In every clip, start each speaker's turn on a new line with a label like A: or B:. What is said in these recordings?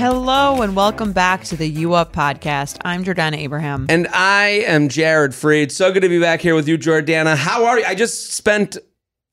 A: Hello and welcome back to the You Up podcast. I'm Jordana Abraham.
B: And I am Jared Freed. So good to be back here with you, Jordana. How are you? I just spent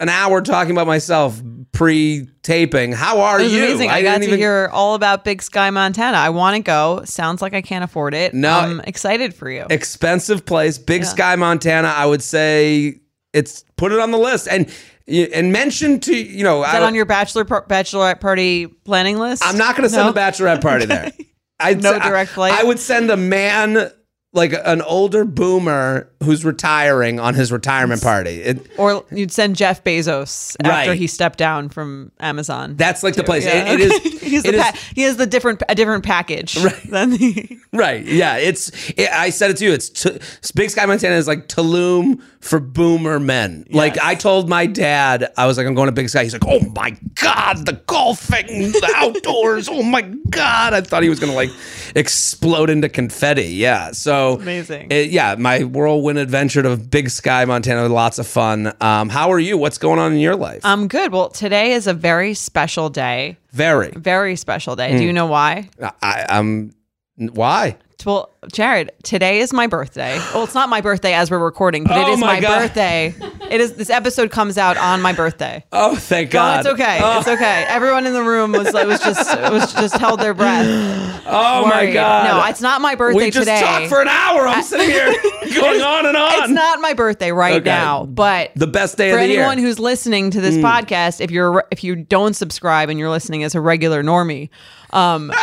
B: an hour talking about myself pre-taping. How are
A: It was
B: you?
A: amazing. I,
B: didn't
A: got to hear all about Big Sky, Montana. I want to go. Sounds like I can't afford it.
B: No.
A: I'm excited for you.
B: expensive place, Big Sky, Montana. I would say it's put it on the list and and mention to you know
A: Is that
B: I,
A: on your bachelor par- bachelorette party planning list?
B: I'm not going to send
A: No?
B: a bachelorette party there. I'd
A: No
B: se-
A: direct
B: I-
A: flight?
B: I would send a man like an older boomer who's retiring on his retirement party. It,
A: Or you'd send Jeff Bezos after
B: Right.
A: he stepped down from Amazon.
B: that's like the place.
A: Yeah,
B: It- it
A: okay.
B: is.
A: He's the
B: it is-
A: pa- he has the different a different package than the
B: Right. Yeah. It's. It, I said it to you. It's t- Big Sky, Montana is like Tulum for boomer men. Like I told my dad, I was like, I'm going to Big Sky. He's like, Oh my god, the golfing, the outdoors. Oh my god. I thought he was gonna like explode into confetti. Yeah. So
A: Amazing.
B: it- yeah. My whirlwind adventure to Big Sky, Montana. Lots of fun. Um, how are you? What's going on in your life?
A: I'm um, good. Well, today is a very special day.
B: Very.
A: Very special day.
B: Mm.
A: Do you know why?
B: I, I, I'm. Why?
A: Well, Jared, today is my birthday. Well, it's not my birthday as we're recording, but it
B: Oh
A: is
B: my
A: my,
B: God.
A: birthday. It is this episode comes out on my birthday.
B: Oh, thank
A: No,
B: God. Oh.
A: it's okay. It's okay. Everyone in the room was like, was just was just held their breath.
B: Oh my
A: worried.
B: God.
A: No, it's not my birthday
B: we just
A: today.
B: talked for an hour. I'm sitting here going on and on.
A: it's not my birthday right
B: Okay.
A: now, but
B: the best day
A: for
B: of the
A: anyone
B: year. Mm.
A: who's listening to this podcast, if you're if you don't subscribe and you're listening as a regular normie, um,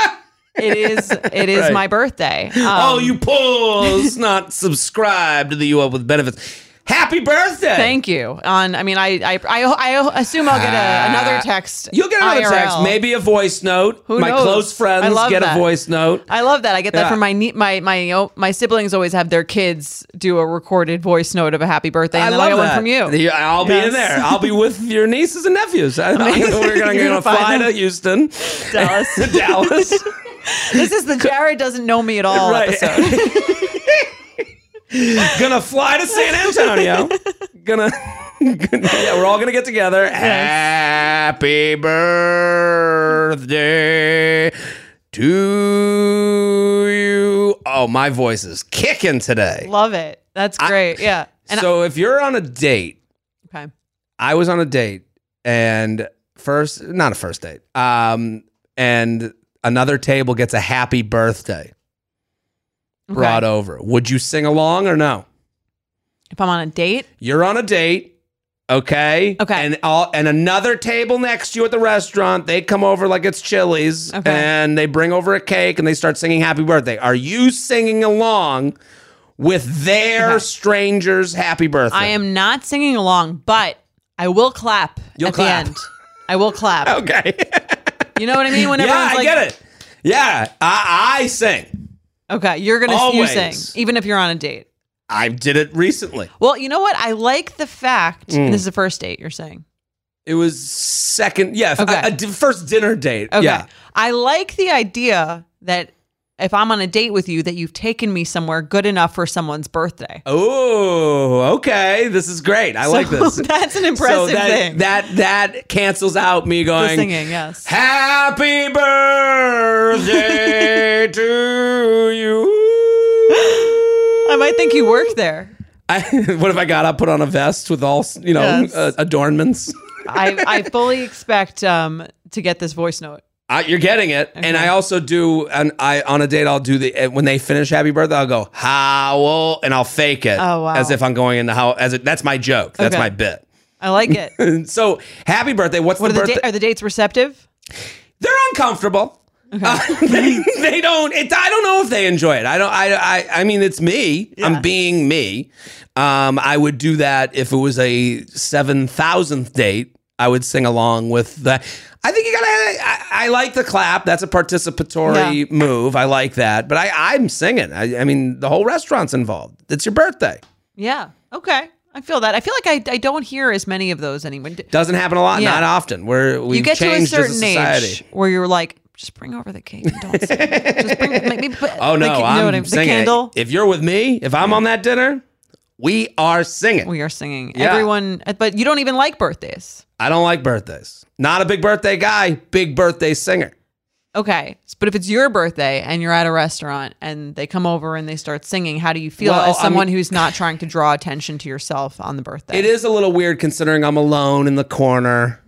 A: it is it is
B: Right.
A: my birthday. Um,
B: oh, you pulls not subscribe to the U Up with Benefits. Happy birthday!
A: Thank you. On, I mean, I, I, I, I assume I'll get a, another text.
B: Ah. You'll get another
A: IRL.
B: text, maybe a voice note.
A: Who
B: My
A: knows?
B: close friends
A: I love
B: get
A: that.
B: a voice note.
A: I love that. I get that
B: Yeah.
A: from my nie- my my oh, my siblings. Always have their kids do a recorded voice note of a happy birthday, and
B: I
A: then
B: love
A: I get
B: that.
A: one from you.
B: Yeah, I'll be
A: Yes.
B: in there. I'll be with your nieces and nephews. I- We're gonna,
A: You're gonna
B: gonna fly
A: find
B: to
A: them.
B: Houston,
A: Dallas.
B: Dallas.
A: this is the Jared doesn't know me at all episode.
B: gonna fly to San Antonio. Gonna, yeah, we're all gonna get together. Happy birthday to you. Oh, my voice is kicking today.
A: Love it. That's great. yeah. And
B: so if you're on a date,
A: okay.
B: I was on a date and first, not a first date, um, and another table gets a happy birthday brought over. Would you sing along or no?
A: If I'm on a date,
B: you're on a date okay
A: Okay.
B: and all and another table next to you at the restaurant they come over like it's chili's
A: Okay.
B: and they bring over a cake and they start singing happy birthday are you singing along with their
A: Okay.
B: strangers happy birthday
A: I am not singing along, but I will clap
B: You'll
A: at
B: clap.
A: the end. I will clap.
B: okay
A: You know what I mean? When
B: yeah
A: everyone's
B: i
A: like,
B: get it yeah i i sing
A: Okay, you're gonna you sing,
B: Always.
A: even if you're on a date.
B: i did it recently
A: Well, you know what? I like the fact
B: Mm.
A: and this is the first date you're saying.
B: it was second yeah
A: Okay.
B: a, a di- first dinner date
A: Okay.
B: yeah
A: I like the idea that if I'm on a date with you, that you've taken me somewhere good enough for someone's birthday.
B: oh okay this is great i like this
A: That's an impressive
B: so that,
A: thing.
B: that that cancels out me
A: the
B: going
A: singing, yes.
B: Happy birthday to you.
A: I might think you work there.
B: I, what if I got up, put on a vest with all you know
A: Yes.
B: uh, adornments?
A: I, I fully expect um, to get this voice note.
B: I, you're getting it, and I also do. And I on a date, I'll do the and when they finish "Happy Birthday," I'll go "How," old," and I'll fake it
A: Oh, wow.
B: as if I'm going into how as it, that's my joke. That's
A: Okay.
B: my bit.
A: I like it.
B: And so, happy birthday! What's
A: What are
B: the
A: the,
B: birthday?
A: da- are the dates receptive?
B: they're uncomfortable. Uh, they, they don't. It, I don't know if they enjoy it. I don't. I. I. I mean, it's me.
A: Yeah.
B: I'm being me. Um, I would do that if it was a seven thousandth date. I would sing along with that. I think you gotta. I, I like the clap. That's a participatory move. I like that. But I, I'm singing. I, I mean, the whole restaurant's involved. It's your birthday.
A: Yeah. Okay. I feel that. I feel like I, I don't hear as many of those anymore. D-
B: Doesn't happen a lot.
A: Yeah.
B: Not often. Where we
A: You get to a
B: changed as
A: certain
B: a society.
A: age where you're like, just bring over the cake. And don't sing. just bring. Maybe, put
B: Oh
A: the,
B: no,
A: ca- you know
B: I'm
A: what I mean? the
B: singing.
A: candle.
B: If you're with me, if I'm on that dinner, we are singing.
A: We are singing.
B: Yeah.
A: Everyone, but you don't even like birthdays.
B: I don't like birthdays. Not a big birthday guy. Big birthday singer.
A: Okay, but if it's your birthday and you're at a restaurant and they come over and they start singing, how do you feel
B: Well,
A: as
B: I
A: someone who's not trying to draw attention to yourself on the birthday?
B: It is a little weird considering I'm alone in the corner.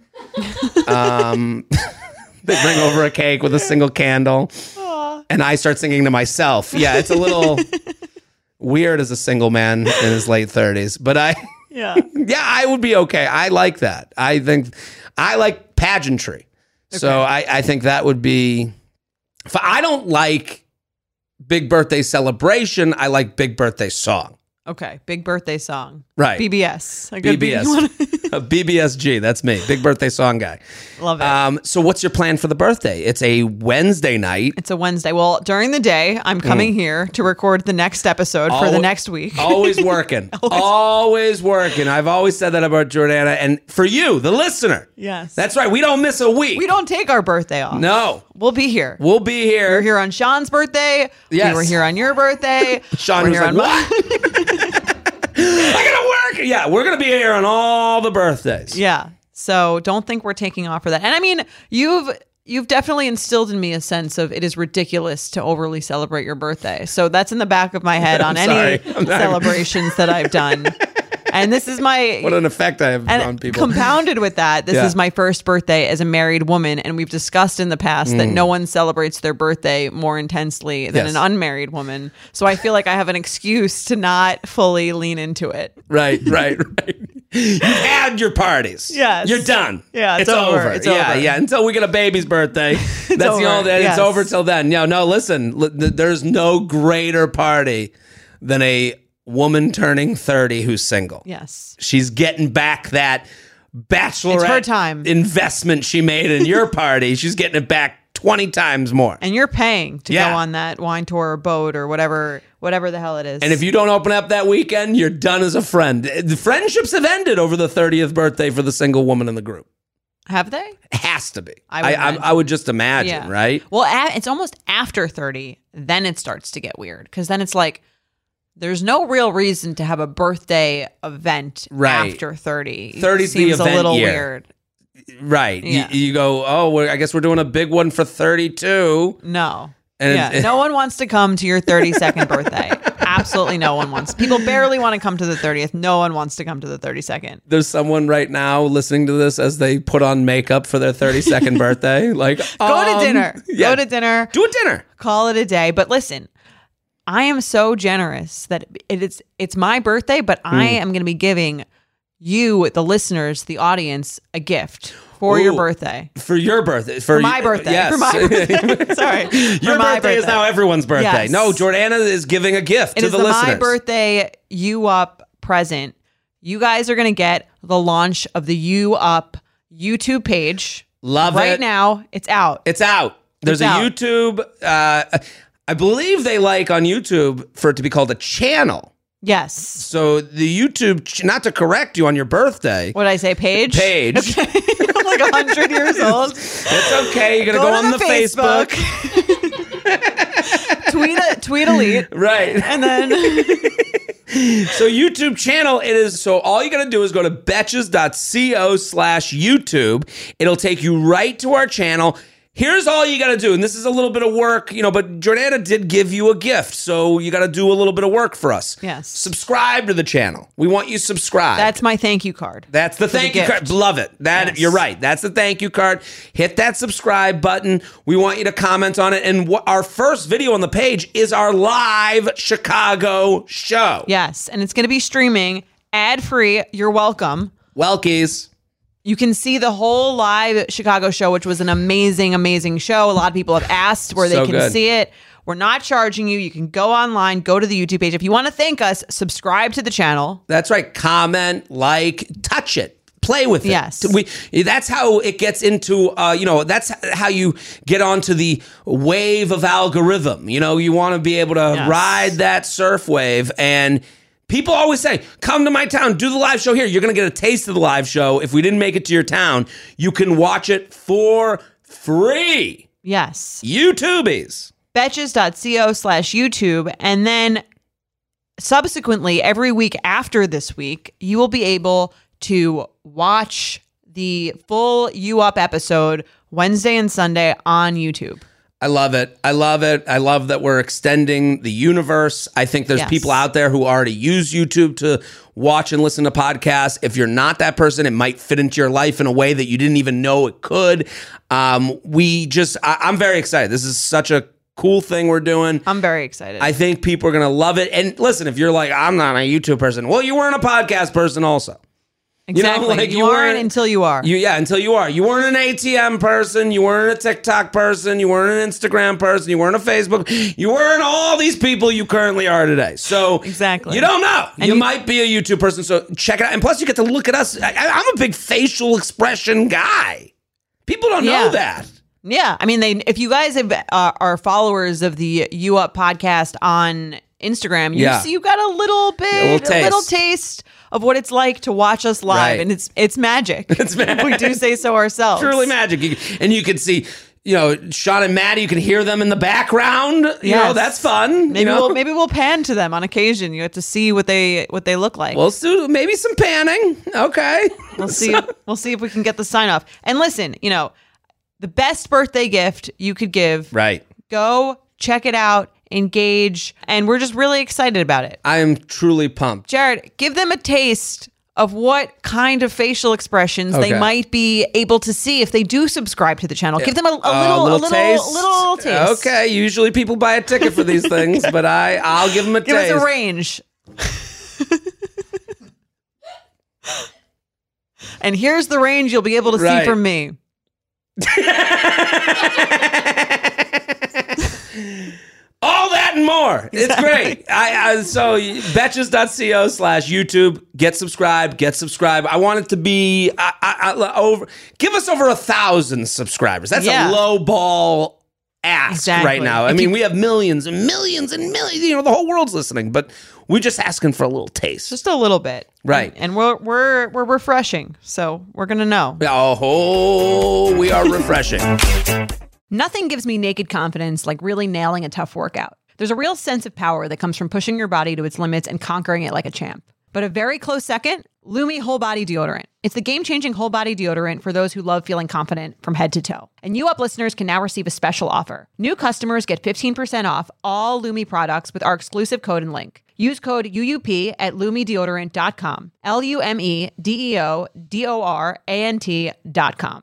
B: um, they bring over a cake with a single candle, and I start singing to myself. Yeah, it's a little weird as a single man in his late 30s, but I,
A: Yeah.
B: yeah, I would be okay. I like that. I think I like pageantry, so I, I think that would be. If I don't like big birthday celebration. I like big birthday song.
A: okay, big birthday song.
B: Right.
A: BBS. A good
B: BBS. A BBSG. That's me. Big birthday song guy.
A: Love it.
B: Um, so what's your plan for the birthday? It's a Wednesday night.
A: it's a Wednesday. Well, during the day, I'm coming
B: Mm.
A: here to record the next episode for the
B: Alwa-
A: next week.
B: Always working. always. working. I've always said that about Jordana. And for you, the listener.
A: Yes.
B: That's right. We don't miss a week.
A: we don't take our birthday off.
B: No.
A: We'll be here.
B: We'll be
A: We
B: here.
A: were here on Sean's birthday.
B: Yes.
A: We were here on your birthday.
B: Sean
A: We're
B: was
A: here
B: like,
A: on
B: what? I gotta work. Yeah, we're gonna be here on all the birthdays.
A: Yeah. So don't think we're taking off for that. And I mean, you've you've definitely instilled in me a sense of it is ridiculous to overly celebrate your birthday. So that's in the back of my head on any
B: sorry. I'm not-
A: celebrations that I've done. And this is my
B: What an effect I have on
A: and
B: people.
A: compounded with that, this
B: Yeah.
A: is my first birthday as a married woman, and we've discussed in the past that no one celebrates their birthday more intensely than
B: Mm. Yes.
A: an unmarried woman. So I feel like I have an excuse to not fully lean into it.
B: Right, right, right. You've had your parties.
A: Yes.
B: You're done.
A: Yeah, it's over. It's
B: yeah,
A: over.
B: yeah. Until we get a baby's birthday. That's
A: over.
B: the only thing.
A: Yes.
B: It's over till then. No, no, listen. L- th- there's no greater party than a woman turning 30 who's single.
A: Yes.
B: She's getting back that bachelorette
A: time.
B: investment she made in your party. She's getting it back 20 times more.
A: And you're paying to
B: Yeah.
A: go on that wine tour or boat or whatever whatever the hell it is.
B: And if you don't open up that weekend, you're done as a friend. The friendships have ended over the 30th birthday for the single woman in the group.
A: have they?
B: Has to be.
A: I
B: I
A: would
B: I, I'm- I, would just imagine,
A: Yeah.
B: right?
A: Well, a it's almost after 30, then it starts to get weird cuz then it's like there's no real reason to have a birthday event
B: Right.
A: after 30.
B: 30's the
A: seems
B: event
A: a little
B: year.
A: weird.
B: Right. You-
A: Yeah.
B: You, go, oh, we're, I guess we're doing a big one for 32.
A: No.
B: And
A: yeah,
B: it-
A: no one wants to come to your 32nd birthday. Absolutely no one wants. People barely want to come to the 30th. No one wants to come to the 32nd.
B: There's someone right now listening to this as they put on makeup for their 32nd birthday. Like,
A: Go
B: um,
A: to dinner.
B: Yeah.
A: Go to dinner.
B: Do a dinner.
A: call it a day. But listen, I am so generous that it is it's my birthday, but I
B: Hmm.
A: am going to be giving you, the listeners, the audience, a gift for your
B: Ooh.
A: birthday.
B: For your birthday. For,
A: My
B: you-
A: birthday.
B: Yes.
A: For my birthday. Sorry.
B: Your birthday is now everyone's birthday.
A: Yes.
B: No, Jordana is giving a gift
A: It
B: to
A: is
B: the,
A: the
B: listeners.
A: my birthday you up present. You guys are going to get the launch of the you up YouTube page.
B: Love
A: right
B: it.
A: now, it's out.
B: It's out. There's
A: It's
B: a
A: out.
B: YouTube. Uh, I believe they like on YouTube for it to be called a channel.
A: yes.
B: So the YouTube, ch- not to correct you on your birthday,
A: What did I say? Page?
B: Page.
A: I'm like 100 years old.
B: it's okay. You're gonna go,
A: go, to
B: on the, Facebook,
A: tweet a tweet elite,
B: right?
A: and then
B: So YouTube channel. It is. So all you gotta do is go to betches.co slash YouTube. It'll take you right to our channel. Here's all you gotta do, and this is a little bit of work, you know. But Jordana did give you a gift, so you gotta do a little bit of work for us.
A: Yes.
B: Subscribe to the channel. We want you subscribed.
A: that's my thank you card.
B: That's the
A: For the
B: thank you card.
A: gift.
B: Love it. That
A: Yes.
B: you're right. That's the thank you card. Hit that subscribe button. We want you to comment on it. And wh- our first video on the page is our live Chicago show.
A: yes, and it's going to be streaming ad free. You're welcome.
B: Welkies.
A: You can see the whole live Chicago show, which was an amazing, amazing show. A lot of people have asked where they
B: So
A: can
B: good.
A: see it. We're not charging you. You can go online, go to the YouTube page. If you want to thank us, subscribe to the channel.
B: That's right. Comment, like, touch it. play with it.
A: Yes.
B: We, that's how it gets into, uh, you know, that's how you get onto the wave of algorithm. You know, you want to be able to
A: Yes.
B: ride that surf wave. And people always say, come to my town, do the live show here. You're going to get a taste of the live show. If we didn't make it to your town, you can watch it for free.
A: Yes.
B: YouTubies.
A: betches.co slash YouTube. And then subsequently, every week after this week, you will be able to watch the full You Up episode Wednesday and Sunday on YouTube.
B: I love it. I love it. I love that we're extending the universe. I think there's
A: Yes.
B: people out there who already use YouTube to watch and listen to podcasts. If you're not that person, it might fit into your life in a way that you didn't even know it could. Um, we just, I, I'm very excited. This is such a cool thing we're doing.
A: I'm very excited.
B: I think people are going to love it. And listen, if you're like, I'm not a YouTube person, well, you weren't a podcast person also.
A: exactly. You,
B: like, you
A: aren't
B: weren't-
A: until you are.
B: You, yeah, until you are. You weren't an ATM person. You weren't a TikTok person. You weren't an Instagram person. You weren't a Facebook. You weren't all these people you currently are today. So
A: Exactly.
B: you don't know.
A: you-
B: You, might be a YouTube person. So check it out. And plus, you get to look at us. I, I- I'm a big facial expression guy. People don't
A: Yeah.
B: know that.
A: yeah. I mean, they, if you guys have, uh, are followers of the You Up podcast on Instagram, you
B: Yeah.
A: see you got a little bit, a
B: little
A: little taste.
B: taste.
A: of what it's like to watch us live.
B: Right.
A: And it's, it's magic. It's
B: magic.
A: we do say so ourselves.
B: Truly magic. You- and you can see. You know, Sean and Maddie, you can hear them in the background. You know,
A: Yes.
B: that's fun.
A: Maybe
B: you know?
A: we'll maybe we'll pan to them on occasion. You have to see what they what they look like.
B: we'll do maybe some panning. Okay.
A: We'll see we'll see if we can get the sign off. And listen, you know, the best birthday gift you could give.
B: Right.
A: Go check it out, engage, and we're just really excited about it.
B: I am truly pumped.
A: Jared, give them a taste of what kind of facial expressions
B: Okay.
A: they might be able to see if they do subscribe to the channel. Give them a, a
B: Uh,
A: little, a little, little taste.
B: Okay, usually people buy a ticket for these things, but I I'll give them a
A: Give
B: taste.
A: us a range. and here's the range you'll be able to
B: Right.
A: see from me.
B: All that and more. It's great. I, I so betches.co slash YouTube. Get subscribed. Get subscribed. I want it to be I, I, I, over. Give us over a thousand subscribers. That's
A: Yeah.
B: a low ball ask right
A: Exactly.
B: now. I
A: If
B: mean,
A: you-
B: we have millions and millions and millions. You know, the whole world's listening, but we're just asking for a little taste.
A: Just a little bit.
B: Right.
A: And we're we're we're refreshing. So we're gonna know.
B: Oh, we are refreshing.
A: Nothing gives me naked confidence like really nailing a tough workout. There's a real sense of power that comes from pushing your body to its limits and conquering it like a champ. But a very close second, Lumi Whole Body Deodorant. It's the game changing whole body deodorant for those who love feeling confident from head to toe. And you up listeners can now receive a special offer. New customers get 15% off all Lumi products with our exclusive code and link. Use code UUP at lumideodorant.com. L U M E D E O D O R A N T.com.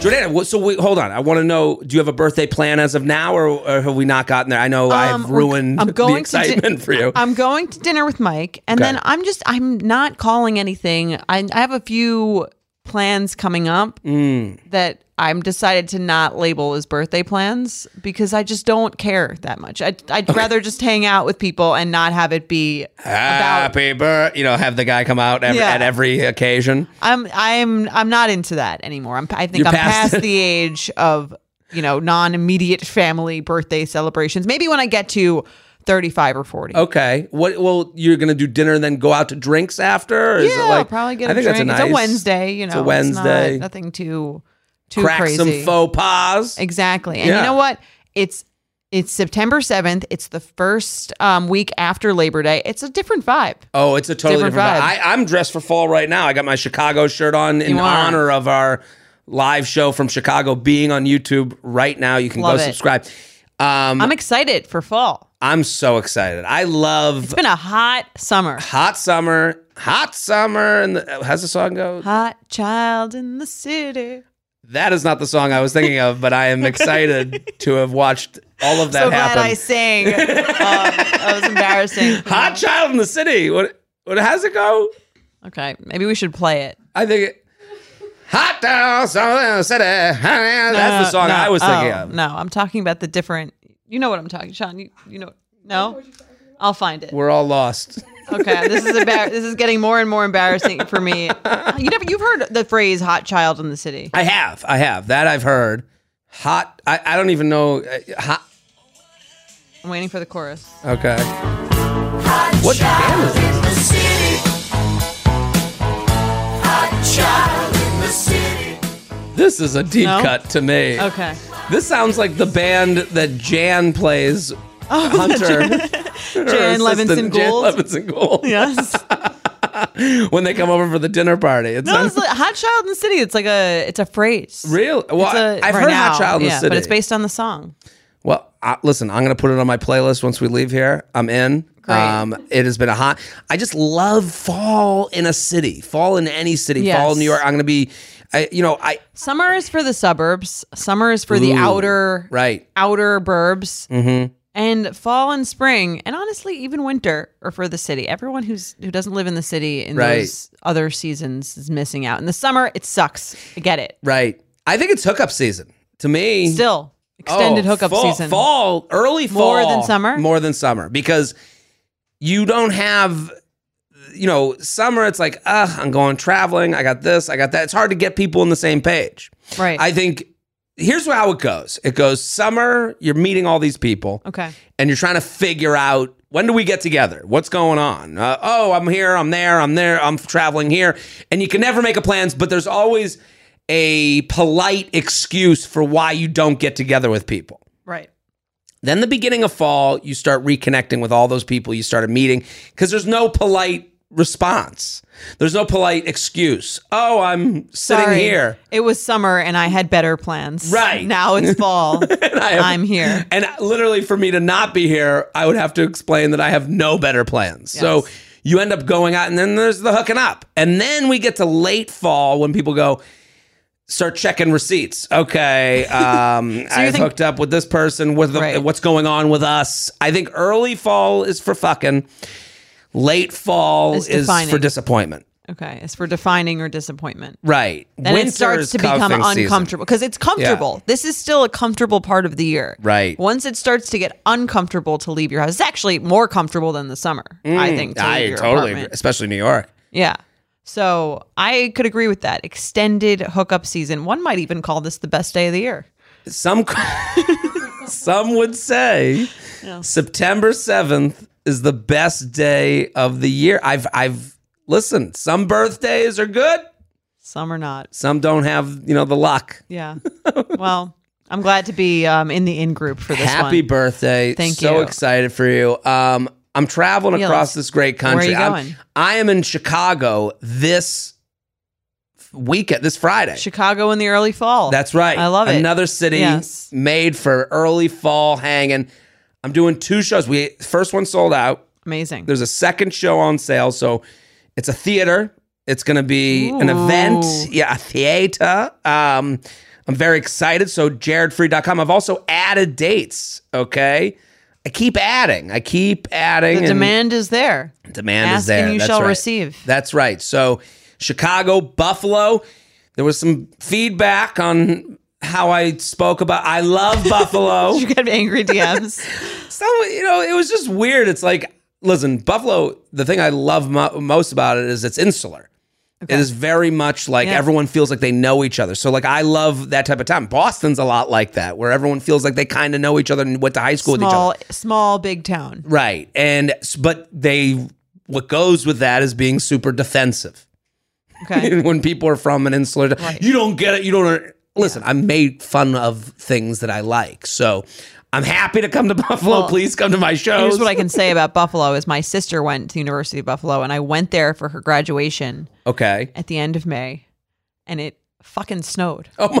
B: Jordana, what- so wait, hold on. I want to know: Do you have a birthday plan as of now, or, or have we not gotten there? I know I've
A: Um, we're-
B: ruined the excitement
A: to din-
B: for you.
A: I'm going to dinner with Mike, and
B: Okay.
A: then I'm just I'm not calling anything. I, I have a few plans coming up
B: Mm.
A: that I'm decided to not label as birthday plans because I just don't care that much. I'd, I'd rather just hang out with people and not have it be about.
B: Happy birthday! You know, have the guy come out every,
A: Yeah.
B: at every occasion.
A: I'm I'm I'm not into that anymore. I'm I think
B: You're
A: I'm
B: past
A: past,
B: it.
A: the age of you know non immediate family birthday celebrations. Maybe when I get to 35 or 40.
B: Okay. What? Well, you're gonna do dinner and then go out to drinks after. Or
A: yeah,
B: is it like,
A: probably get
B: I
A: a
B: think
A: drink.
B: That's a nice,
A: it's a Wednesday, you know.
B: it's a
A: it's not-
B: Wednesday.
A: nothing too too
B: Crack
A: crazy.
B: some faux pas.
A: Exactly. And
B: Yeah.
A: you know what? It's it's September 7th. It's the first um, week after Labor Day. It's a different vibe.
B: Oh, it's a totally
A: Different
B: different, vibe. I, I'm dressed for fall right now. I got my Chicago shirt on in
A: You are.
B: honor of our live show from Chicago being on YouTube right now. You can
A: Love
B: go
A: it.
B: subscribe. Um,
A: I'm excited for fall.
B: I'm so excited. I love
A: It's been a hot summer.
B: hot summer, hot summer. And the, how's the song go?
A: Hot child in the city.
B: That is not the song I was thinking of, but I am excited to have watched all of that
A: so
B: happen.
A: glad I sang. um, that was embarrassing.
B: Hot Child in the City. What? What? How's it go?
A: Okay, maybe we should play it.
B: I think it. Hot Child in the City. That's the
A: No,
B: song
A: no,
B: I was thinking
A: oh,
B: of.
A: No, I'm talking about the different. You know what I'm talking, Sean. You, you know. No, I'll find it.
B: We're all lost.
A: Okay, this is embar- this is getting more and more embarrassing for me. You never you've heard the phrase "hot child in the city."
B: I have. I have. That I've heard. Hot. I, I don't even know. uh, Hot.
A: I'm waiting for the chorus.
B: Okay. What band is this? This is a deep
A: No?
B: cut to me.
A: Okay,
B: This sounds like the band that Jan plays. Hunter.
A: Oh, Jan Levinson
B: Assistant Jan
A: Gould.
B: Levinson Gould.
A: Yes,
B: when they come over for the dinner party. It's
A: no,
B: not
A: it's like, "hot child in the city." It's like a it's a phrase.
B: real. Well,
A: It's a-
B: i I've
A: right
B: heard
A: now,
B: Hot Child in
A: yeah,
B: the City.
A: but it's based on the song.
B: Well, uh, listen, I'm going to put it on my playlist once we leave here. I'm in. Um,
A: Great.
B: it has been a hot. I just love fall in a city, fall in any city,
A: Yes.
B: fall in New York. I'm going to be, I, you know, I
A: Summer is for the suburbs. Summer is for the
B: Ooh,
A: outer
B: right.
A: outer burbs. Mm-hmm. And fall and spring, and honestly, even winter, are for the city. Everyone who's who doesn't live in the city in
B: Right.
A: those other seasons is missing out. In the summer, it sucks. I get it.
B: right. I think it's hookup season to me.
A: Still
B: oh,
A: extended hookup
B: fall-
A: season.
B: fall, early fall,
A: More than summer?
B: more than summer because you don't have. You know, summer, it's like, ah, I'm going traveling. I got this, I got that. It's hard to get people on the same page.
A: right?
B: I think here's how it goes. It goes summer, you're meeting all these people
A: okay.
B: and you're trying to figure out when do we get together? What's going on? Uh, oh, I'm here, I'm there, I'm there, I'm traveling here. And you can never make a plans, but there's always a polite excuse for why you don't get together with people.
A: Right.
B: Then the beginning of fall, you start reconnecting with all those people you started meeting because there's no polite response. There's no polite excuse. Oh, I'm sitting
A: Sorry.
B: here.
A: It was summer, and I had better plans.
B: Right.
A: now, it's fall.
B: I have-
A: I'm here.
B: And literally, for me to not be here, I would have to explain that I have no better plans. So
A: Yes.
B: you end up going out, and then there's the hooking up. And then we get to late fall when people go, start checking receipts. Okay, um, I've
A: think-
B: hooked up with this person. With the,
A: Right.
B: What's going on with us? I think early fall is for fucking, late fall
A: It's
B: is
A: defining.
B: for disappointment.
A: Okay, it's for defining or disappointment.
B: Right.
A: then
B: Winter
A: it starts
B: is
A: to become
B: cuffing season.
A: uncomfortable because it's comfortable. This is still a comfortable part of the year.
B: Right.
A: Once it starts to get uncomfortable to leave your house, it's actually more comfortable than the summer, I think. To leave
B: Mm, I
A: your
B: totally agree,
A: apartment.
B: especially New York.
A: Yeah. So I could agree with that. Extended hookup season. One might even call this the best day of the year.
B: some some would say September 7th is the best day of the year. I've I've listened, some birthdays are good,
A: Some are not.
B: some don't have, you know, the luck.
A: Yeah. well, I'm glad to be um, in the in group for this
B: Happy
A: one.
B: birthday.
A: Thank
B: so
A: you.
B: excited for you. Um I'm traveling
A: Yeah,
B: across
A: let's-
B: this great
A: are
B: country.
A: you
B: I'm-
A: going?
B: I am in Chicago this weekend, this Friday.
A: Chicago in the early fall.
B: That's right.
A: I love it.
B: Another city
A: Yes.
B: made for early fall hanging. I'm doing two shows. We first one sold out.
A: Amazing.
B: There's a second show on sale, so it's a theater. It's going to be an event.
A: Ooh.
B: Yeah, a theater. Um, I'm very excited. So jaredfree.com. I've also added dates. Okay, I keep adding. I keep adding.
A: the
B: and
A: demand is there.
B: Demand
A: Ask
B: is there.
A: and you
B: That's
A: shall
B: right.
A: receive.
B: That's right. So Chicago, Buffalo. There was some feedback on how I spoke about. I love Buffalo.
A: You get angry DMs.
B: So you know, it was just weird. It's like, listen, Buffalo. The thing I love mo- most about it is it's insular.
A: Okay.
B: It is very much like
A: Yeah.
B: everyone feels like they know each other. So like I love that type of town. Boston's a lot like that, where everyone feels like they kind of know each other and went to high school with each other.
A: small, small, big town.
B: Right. And s- but they what goes with that is being super defensive.
A: Okay.
B: when people are from an insular
A: Right.
B: you don't get it you don't under- listen i made fun of things that i like so i'm happy to come to buffalo
A: Well,
B: please come to my shows
A: Here's what I can say about Buffalo is my sister went to the University of Buffalo and I went there for her graduation
B: okay
A: at the end of May and it fucking snowed.
B: oh my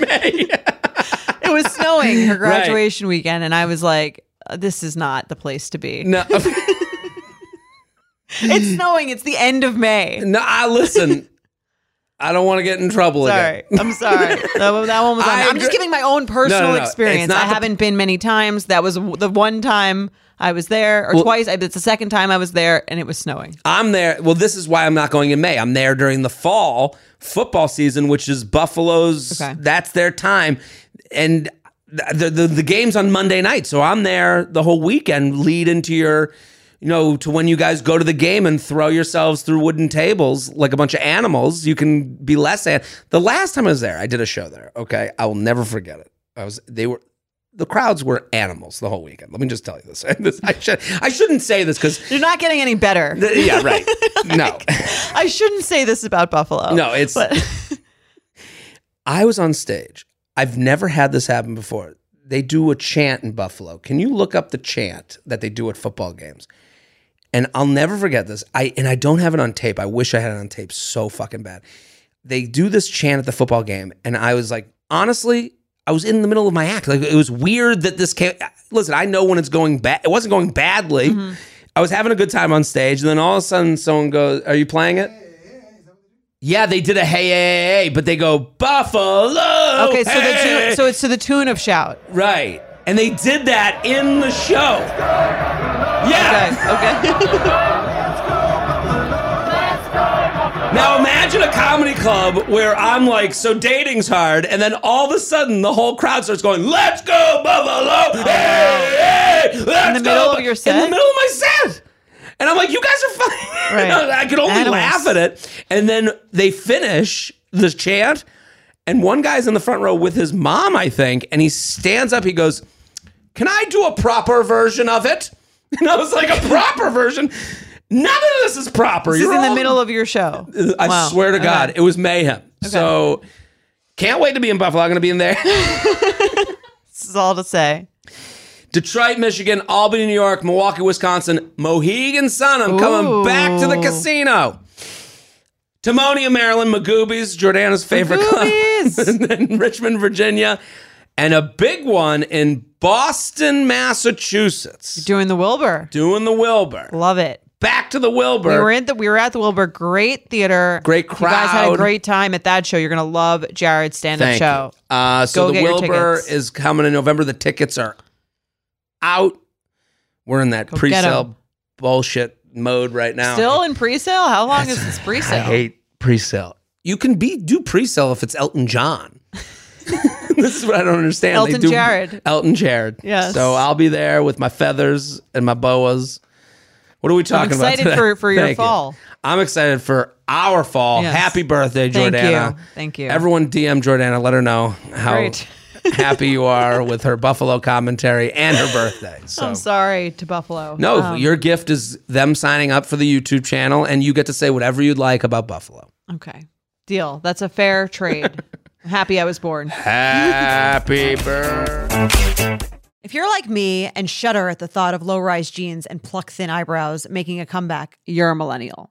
B: May.
A: It was snowing her graduation weekend and I was like "Uh, this is not the place to be.
B: no
A: It's snowing. It's the end of May.
B: no i listen i don't want to get in trouble
A: Sorry.
B: again
A: I'm sorry. That, one- that one was on.
B: I
A: I'm just
B: agree-
A: giving my own personal
B: no, no. It's
A: experience.
B: not
A: I
B: the-
A: haven't been many times. That was w- the one time I was there or twice. I- It's the second time I was there and it was snowing.
B: i'm there well this is why i'm not going in may i'm there during the fall football season which is buffalo's
A: Okay.
B: that's their time and th- the, the the game's on monday night so i'm there the whole weekend lead into your you know to when you guys go to the game and throw yourselves through wooden tables like a bunch of animals you can be less an- the last time i was there i did a show there okay i will never forget it i was they were the crowds were animals the whole weekend. Let me just tell you this. This- I, should, I shouldn't say this because,
A: You're not getting any better.
B: yeah, right. No.
A: I shouldn't say this about Buffalo.
B: No, it's.
A: But
B: I was on stage. I've never had this happen before. They do a chant in Buffalo. Can you look up the chant that they do at football games? And I'll never forget this. I and I don't have it on tape. I wish I had it on tape so fucking bad. They do this chant at the football game, and I was like, honestly, I was in the middle of my act. Like it was weird that this came. Listen, I know when it's going bad. It wasn't going badly.
A: Mm-hmm.
B: I was having a good time on stage, and then all of a sudden, someone goes, "Are you playing it?" Yeah, they did a hey, hey, hey, hey, but they go Buffalo.
A: okay, so the
B: Oh, hey."
A: tune, so it's to the tune of shout.
B: right, and they did that in the show.
A: Okay.
B: Yeah.
A: Okay.
B: Now imagine a comedy club where I'm like, so dating's hard, and then all of a sudden the whole crowd starts going, "Let's go Buffalo! Hey, hey, let's
A: the middle
B: go
A: of
B: Bu-"
A: your set?
B: In the middle of my set. And I'm like, you guys are fine.
A: Right.
B: I could only
A: Animals.
B: laugh at it. And then they finish the chant, and one guy's in the front row with his mom, I think, and he stands up. He goes, "Can I do a proper version of it?" And I was like, "A proper version." None of this is proper.
A: this is
B: You're
A: in the
B: all-
A: middle of your show.
B: I
A: Wow.
B: swear to
A: Okay.
B: God, it was mayhem. So can't wait to be in Buffalo. I'm going to be in there.
A: This is all to say.
B: Detroit, Michigan, Albany, New York, Milwaukee, Wisconsin, Mohegan Sun. I'm coming
A: Ooh.
B: back to the casino. Timonia, Maryland, Magoobies, Jordana's favorite
A: Magoobies!
B: club. and then Richmond, Virginia. And a big one in Boston, Massachusetts.
A: Doing the Wilbur.
B: Doing the Wilbur.
A: Love it.
B: Back to the Wilbur.
A: We were in the we were at the Wilbur. Great theater.
B: Great
A: You guys had a
B: crowd.
A: great time at that show. You're gonna love Jared's stand up
B: Thank
A: show.
B: you. Uh, so
A: Go
B: the
A: get your
B: Wilbur
A: tickets.
B: is coming in November. The tickets are out. We're in that
A: Go get
B: pre-sale
A: 'em.
B: bullshit mode right now.
A: Still in pre sale? How long is this pre
B: I
A: sale?
B: hate pre-sale. You can be do pre-sale if it's Elton John. this is what I don't understand. They
A: Elton
B: do-
A: Jared.
B: Elton Jared.
A: Yes.
B: So I'll be there with my feathers and my boas. What are we talking about?
A: excited
B: today?
A: for- for your
B: Thank you.
A: fall.
B: I'm excited for our fall.
A: Yes.
B: Happy birthday,
A: Thank
B: Jordana.
A: you. Thank you.
B: Everyone DM Jordana. Let her know how
A: Great.
B: happy you are with her Buffalo commentary and her birthday. So.
A: I'm sorry to Buffalo.
B: No,
A: Oh. Um,
B: your gift is them signing up for the YouTube channel, and you get to say whatever you'd like about Buffalo.
A: Okay. Deal. That's a fair trade. Happy I was born.
B: Happy birthday.
A: If you're like me and shudder at the thought of low rise jeans and pluck thin eyebrows making a comeback, you're a millennial.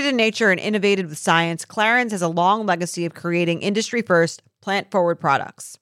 A: in nature and innovated with science, Clarins has a long legacy of creating industry first, plant forward products.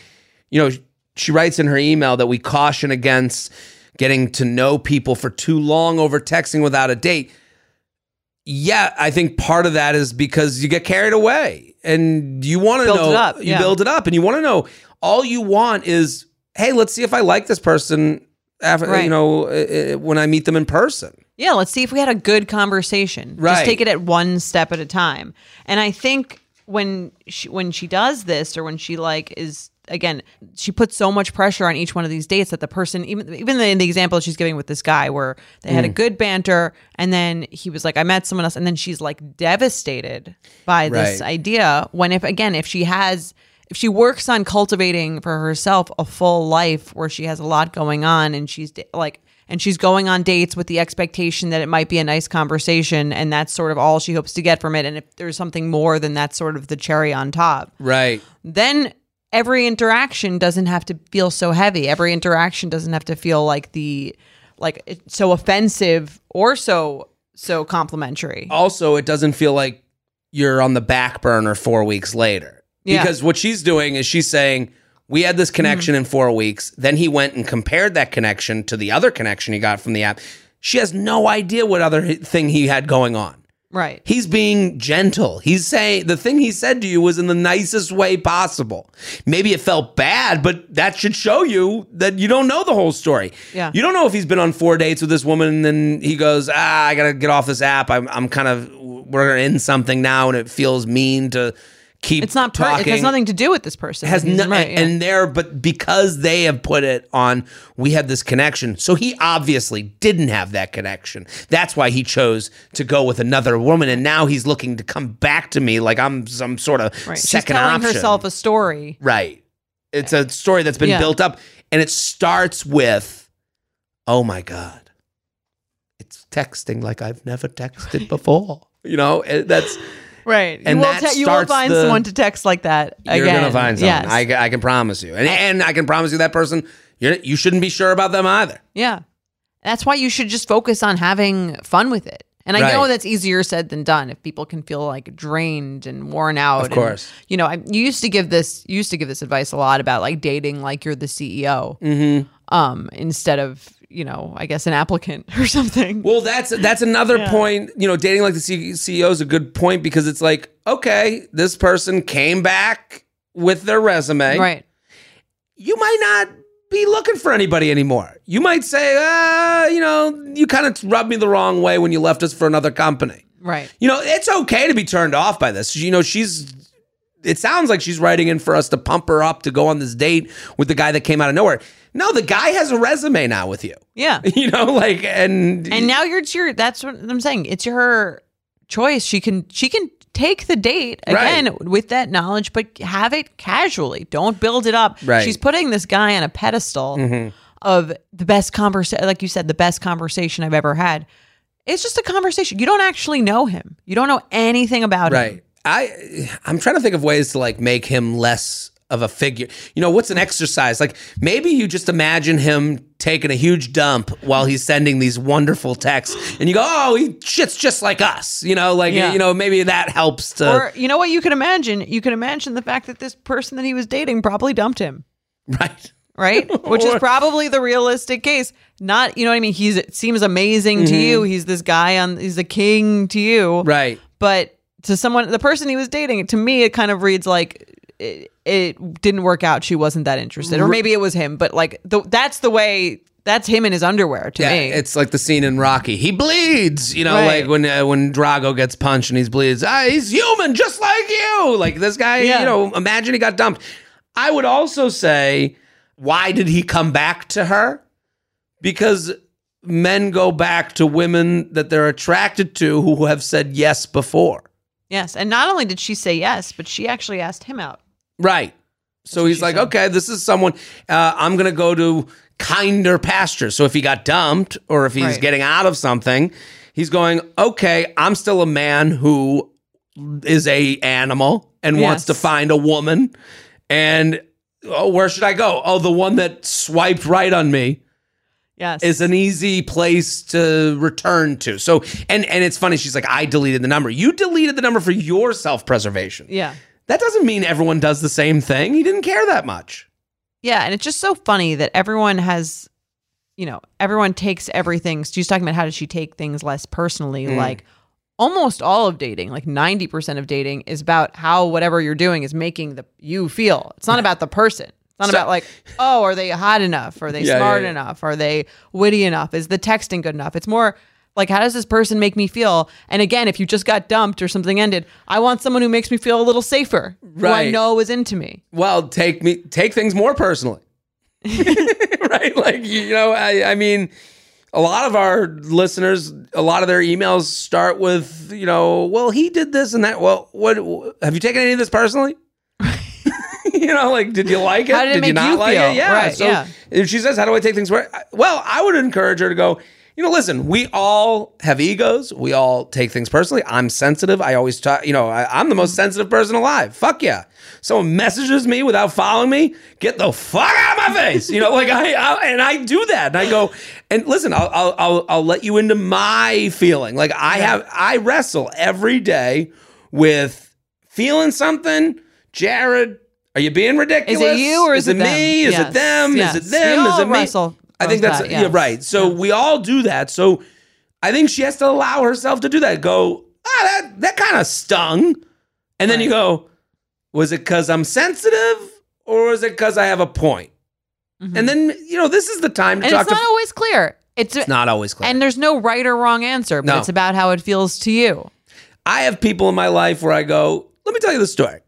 B: you know, she writes in her email that we caution against getting to know people for too long over texting without a date. Yeah, I think part of that is because you get carried away and you want to
A: Build
B: know
A: it up,
B: you
A: yeah.
B: build it up and you want to know all you want is hey, let's see if I like this person after you
A: Right.
B: know uh, uh, when I meet them in person.
A: Yeah, let's see if we had a good conversation.
B: Right.
A: Just take it at one step at a time. And I think when she when she does this or when she like is again, she puts so much pressure on each one of these dates that the person even even in the example she's giving with this guy where they had a
B: Mm.
A: good banter and then he was like I met someone else and then she's like devastated by this
B: Right.
A: idea when if again if she has if she works on cultivating for herself a full life where she has a lot going on and she's da- like and she's going on dates with the expectation that it might be a nice conversation and that's sort of all she hopes to get from it and if there's something more then that's sort of the cherry on top
B: Right.
A: then every interaction doesn't have to feel so heavy. Every interaction doesn't have to feel like the like it's so offensive or so so complimentary.
B: also it doesn't feel like you're on the back burner four weeks later
A: Yeah.
B: because what she's doing is she's saying we had this connection in four weeks then he went and compared that connection to the other connection he got from the app she has no idea what other hi- thing he had going on
A: Right.
B: he's being gentle he's saying the thing he said to you was in the nicest way possible maybe it felt bad but that should show you that you don't know the whole story
A: Yeah.
B: you don't know if he's been on four dates with this woman and then he goes, ah, I gotta get off this app. I'm, I'm kind of, we're in something now and it feels mean to keep
A: It's not. Per- it
B: talking.
A: has nothing to do with this person.
B: has
A: He's
B: no,
A: right, yeah.
B: and there but because they have put it on we have this connection so he obviously didn't have that connection that's why he chose to go with another woman and now he's looking to come back to me like i'm some sort of
A: right. She's
B: second
A: telling
B: option
A: herself a story.
B: right it's a story that's been
A: Yeah.
B: built up and it starts with oh my god it's texting like i've never texted before you know and that's
A: Right.
B: And
A: you will,
B: that
A: te- you will
B: starts
A: find
B: the-
A: someone to text like that again.
B: You're gonna find someone.
A: Yes.
B: I, I can promise you, and, and I can promise you that person. You're, you shouldn't be sure about them either.
A: yeah. That's why you should just focus on having fun with it. And I know
B: Right.
A: that's easier said than done if people can feel like drained and worn out.
B: Of
A: and,
B: course.
A: you know, I you used to give this you used to give this advice a lot about like dating like you're the CEO.
B: Mm-hmm.
A: Um, instead of, you know, I guess an applicant or something.
B: Well, that's that's another point. You know, dating like the C- CEO is a good point because it's like, okay, this person came back with their resume.
A: right.
B: You might not be looking for anybody anymore. You might say, uh, you know, you kind of rubbed me the wrong way when you left us for another company.
A: Right.
B: You know, it's okay to be turned off by this. You know, she's. It sounds like she's writing in for us to pump her up to go on this date with the guy that came out of nowhere. No, the guy has a resume now with you.
A: Yeah.
B: You know, like and,
A: and now you're it's your that's what i'm saying it's her choice she can she can take the date again with that knowledge but have it casually don't build it up
B: Right. Mm-hmm.
A: she's putting this guy on a pedestal of the best conversation like you said the best conversation i've ever had it's just a conversation you don't actually know him you don't know anything about him
B: right. I I'm trying to think of ways to like make him less of a figure. You know, what's an exercise? Like maybe you just imagine him taking a huge dump while he's sending these wonderful texts and you go, "Oh, he shit's just like us." You know, like
A: Yeah.
B: you know, maybe that helps to
A: or you know what you can imagine you can imagine the fact that this person that he was dating probably dumped him
B: right.
A: right? Which is probably the realistic case. Not, you know what I mean? He's it seems amazing to you. He's this guy on he's the king to you.
B: Mm-hmm. Right.
A: But to someone the person he was dating, to me it kind of reads like it, it didn't work out. She wasn't that interested. Or maybe it was him, but like the, that's the way that's him in his underwear to
B: Yeah,
A: me.
B: it's like the scene in Rocky. He bleeds, you know,
A: Right.
B: like when uh, when Drago gets punched and he's bleeds. Ah, he's human, just like you. Like this guy,
A: Yeah.
B: you know. Imagine he got dumped. I would also say, why did he come back to her? Because men go back to women that they're attracted to who have said yes before.
A: yes. And not only did she say yes, but she actually asked him out.
B: Right. So he's like, okay, this is someone. Uh, I'm gonna go to kinder pastures. So if he got dumped or if he's
A: Right.
B: getting out of something, he's going, okay, I'm still a man who is a animal and wants
A: Yes.
B: to find a woman. And oh, where should I go? Oh, the one that swiped right on me
A: Yes.
B: is an easy place to return to. So and and it's funny. She's like, I deleted the number. You deleted the number for your self preservation.
A: yeah.
B: That doesn't mean everyone does the same thing. He didn't care that much.
A: Yeah, and it's just so funny that everyone has, you know, everyone takes everything. She's talking about how does she take things less personally?
B: Mm.
A: Like almost all of dating, like ninety percent of dating, is about how whatever you're doing is making the you feel. It's not about the person. It's not
B: So-
A: about like, oh, are they hot enough? Are they
B: Yeah, yeah,
A: smart
B: yeah.
A: enough? Are they witty enough? Is the texting good enough? It's more like how does this person make me feel? And again, if you just got dumped or something ended, I want someone who makes me feel a little safer. Who I
B: Right.
A: know is into me.
B: Well, take me take things more personally. right? Like you know, I, I mean, a lot of our listeners, a lot of their emails start with, you know, well, he did this and that. Well, what have you taken any of this personally? you know, like did you like it?
A: How did it
B: you
A: make
B: not
A: you
B: like
A: feel?
B: it? Yeah.
A: Right,
B: so
A: yeah.
B: if she says, "How do I take things?" where- Well, I would encourage her to go. You know, listen. We all have egos. We all take things personally. I'm sensitive. I always talk. You know, I, I'm the most sensitive person alive. Fuck yeah. Someone messages me without following me. Get the fuck out of my face. You know, like I, I and I do that. And I go and listen. I'll I'll I'll, I'll let you into my feeling. Like I have. I wrestle every day with feeling something. Jared, are you being ridiculous?
A: Is it you or is,
B: it, me? Is
A: Yes,
B: it them?
A: yes.
B: Is it them?
A: We
B: is
A: all
B: it me?
A: wrestle
B: I think
A: with
B: that's
A: that,
B: yeah.
A: yes.
B: right. So we all do that. So I think she has to allow herself to do that. Go ah that that kind of stung, and then you go, was it because I'm sensitive or was it because I have a point? And then you know this is the time to
A: Mm-hmm. And
B: talk
A: it's not
B: to.
A: always clear. It's,
B: It's not always clear.
A: and there's no right or wrong answer, but
B: No.
A: it's about how it feels to you.
B: I have people in my life where I go, let me tell you the story.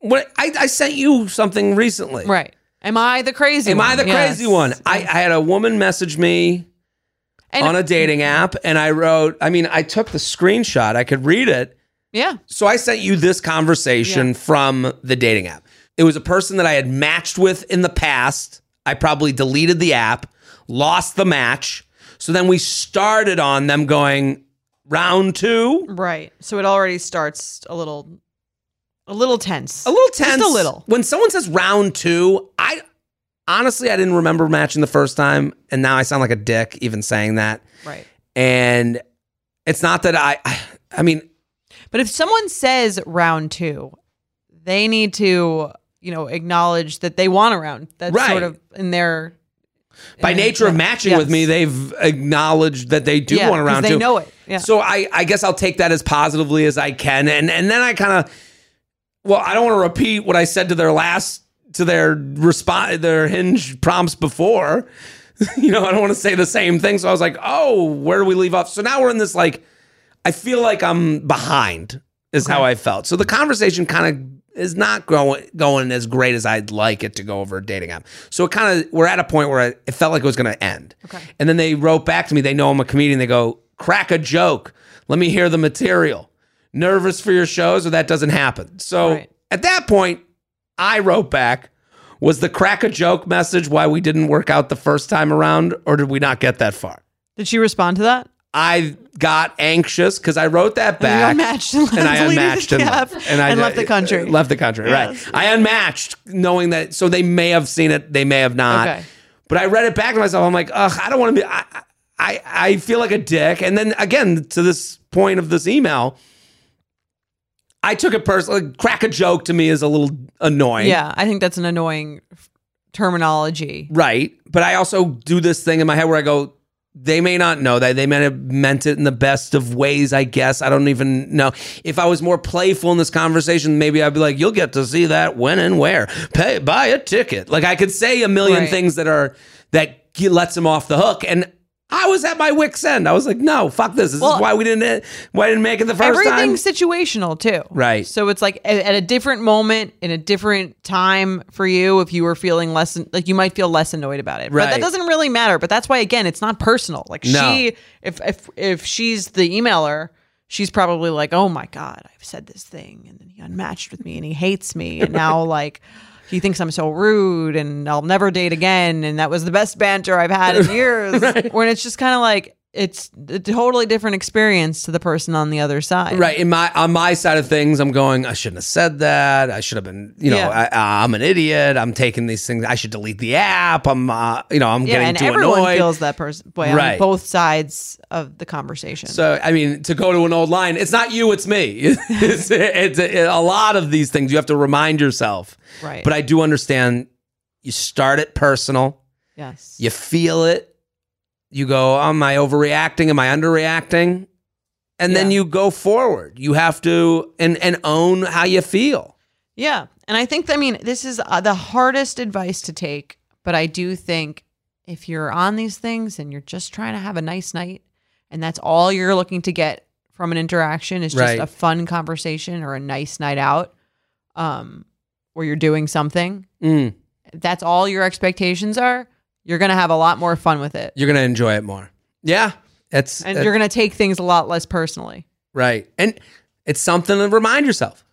B: What I, I sent you something recently.
A: Right. Am I the crazy
B: Am
A: one?
B: I the
A: Yes.
B: crazy one? I, I had a woman message me
A: And-
B: on a dating app, and I wrote. I mean, I took the screenshot. I could read it.
A: yeah.
B: So I sent you this conversation from the dating app. It was a person that I had matched with in the past. I probably deleted the app, lost the match. So then we started on them going round two.
A: Right. So it already starts a little a little tense.
B: A little tense.
A: Just a little.
B: When someone says round two, I honestly I didn't remember matching the first time, and now I sound like a dick even saying that.
A: Right.
B: And it's not that I. I, I mean,
A: But if someone says round 2, they need to, you know, acknowledge that they want a round. That's
B: Right.
A: sort of in their
B: by
A: in-
B: nature of matching
A: Yes.
B: with me, they've acknowledged that they do
A: Yeah,
B: want a
A: 'cause
B: round
A: they
B: two.
A: know it. Yeah.
B: So I, I guess I'll take that as positively as I can, and and then I kind of, well, I don't want to repeat what I said to their last to their response their hinge prompts before. you know, I don't want to say the same thing. So I was like, oh, where do we leave off? So now we're in this like, I feel like I'm behind is how I felt. So the conversation kind of is not going going as great as I'd like it to go over a dating app. So it kind of we're at a point where I, it felt like it was going to end.
A: Okay.
B: And then they wrote back to me. They know I'm a comedian. They go, crack a joke. Let me hear the material. Nervous for your shows, or that doesn't happen. So
A: Right.
B: at that point, I wrote back. Was the crack a joke message why we didn't work out the first time around, or did we not get that far?
A: Did she respond to that?
B: I got anxious because I wrote that
A: And you
B: back
A: unmatched and,
B: and I
A: deleted the
B: unmatched and
A: app
B: left, and I
A: left the country.
B: uh, Left the country,
A: Yes.
B: right? I unmatched, knowing that. So they may have seen it, they may have not.
A: Okay.
B: But I read it back to myself. I'm like, ugh, I don't want to be. I, I I feel like a dick. And then again, to this point of this email, I took it personally. Crack a joke to me is a little annoying,
A: yeah, I think that's an annoying f- terminology.
B: right? But I also do this thing in my head where I go. They may not know that. They may have meant it in the best of ways, I guess. I don't even know. If I was more playful in this conversation, maybe I'd be like, you'll get to see that when and where. Pay, buy a ticket. Like I could say a million
A: Right.
B: things that are, that he lets him off the hook. And I was at my wit's end. I was like, no, fuck this. This
A: Well,
B: is why we didn't, why I didn't make it the first time.
A: Everything's situational too.
B: Right.
A: So it's like at, at a different moment in a different time for you if you were feeling less like you might feel less annoyed about it. But
B: Right.
A: that doesn't really matter, but that's why again it's not personal. Like
B: No.
A: she if if if she's the emailer She's probably like, oh my God, I've said this thing and then he unmatched with me and he hates me. And now, like, he thinks I'm so rude and I'll never date again. And that was the best banter I've had in years. When it's just kind of like, it's a totally different experience to the person on the other side.
B: Right in my on my side of things, I'm going. I shouldn't have said that. I should have been. You know,
A: Yeah.
B: I, I'm an idiot. I'm taking these things. I should delete the app. I'm. Uh, you know, I'm
A: Yeah,
B: getting
A: and
B: too
A: everyone
B: annoyed.
A: feels that person way on
B: Right.
A: both sides of the conversation.
B: so I mean, to go to an old line, it's not you, it's me. It's, it's a lot of these things you have to remind yourself.
A: Right.
B: But I do understand. You start it personal.
A: yes.
B: You feel it. You go, am I overreacting? Am I underreacting? And then
A: Yeah.
B: you go forward. You have to and and own how you feel.
A: Yeah. And I think, I mean, this is uh, the hardest advice to take, but I do think if you're on these things and you're just trying to have a nice night and that's all you're looking to get from an interaction is just
B: Right.
A: a fun conversation or a nice night out um, where you're doing something,
B: Mm.
A: that's all your expectations are, you're going to have a lot more fun with it.
B: you're gonna enjoy it more. Yeah, that's
A: And
B: that-
A: you're going to take things a lot less personally.
B: right, and it's something to remind yourself.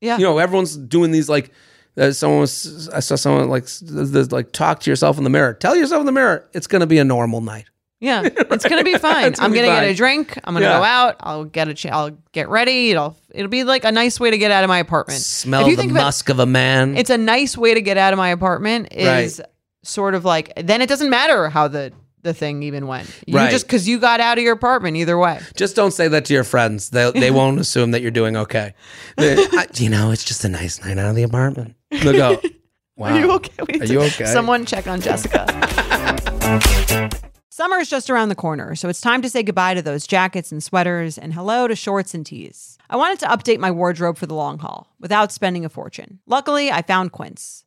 A: Yeah.
B: You know, everyone's doing these like uh, someone was. I saw someone like s- this, like talk to yourself in the mirror. Tell yourself in the mirror it's gonna be a normal night.
A: Yeah, it's gonna be fine.
B: It's
A: I'm
B: gonna be
A: gonna get
B: fine.
A: a drink. I'm gonna
B: Yeah.
A: go out. I'll get a. Ch- I'll get ready. It'll. It'll be like a nice way to get out of my apartment.
B: Smell
A: If you
B: the
A: think about-
B: musk of a man.
A: It's a nice way to get out of my apartment. Is sort of like then it doesn't matter how the the thing even went. You
B: Right.
A: just because you got out of your apartment either way.
B: just don't say that to your friends. They they won't assume that you're doing okay. They- I- you know, it's just a nice night out of the apartment. They'll go. Wow.
A: Are you okay? We
B: Are
A: need
B: you
A: to-
B: okay?
A: Someone check on Jessica. Summer is just around the corner, so it's time to say goodbye to those jackets and sweaters and hello to shorts and tees. I wanted to update my wardrobe for the long haul without spending a fortune. Luckily, I found Quince.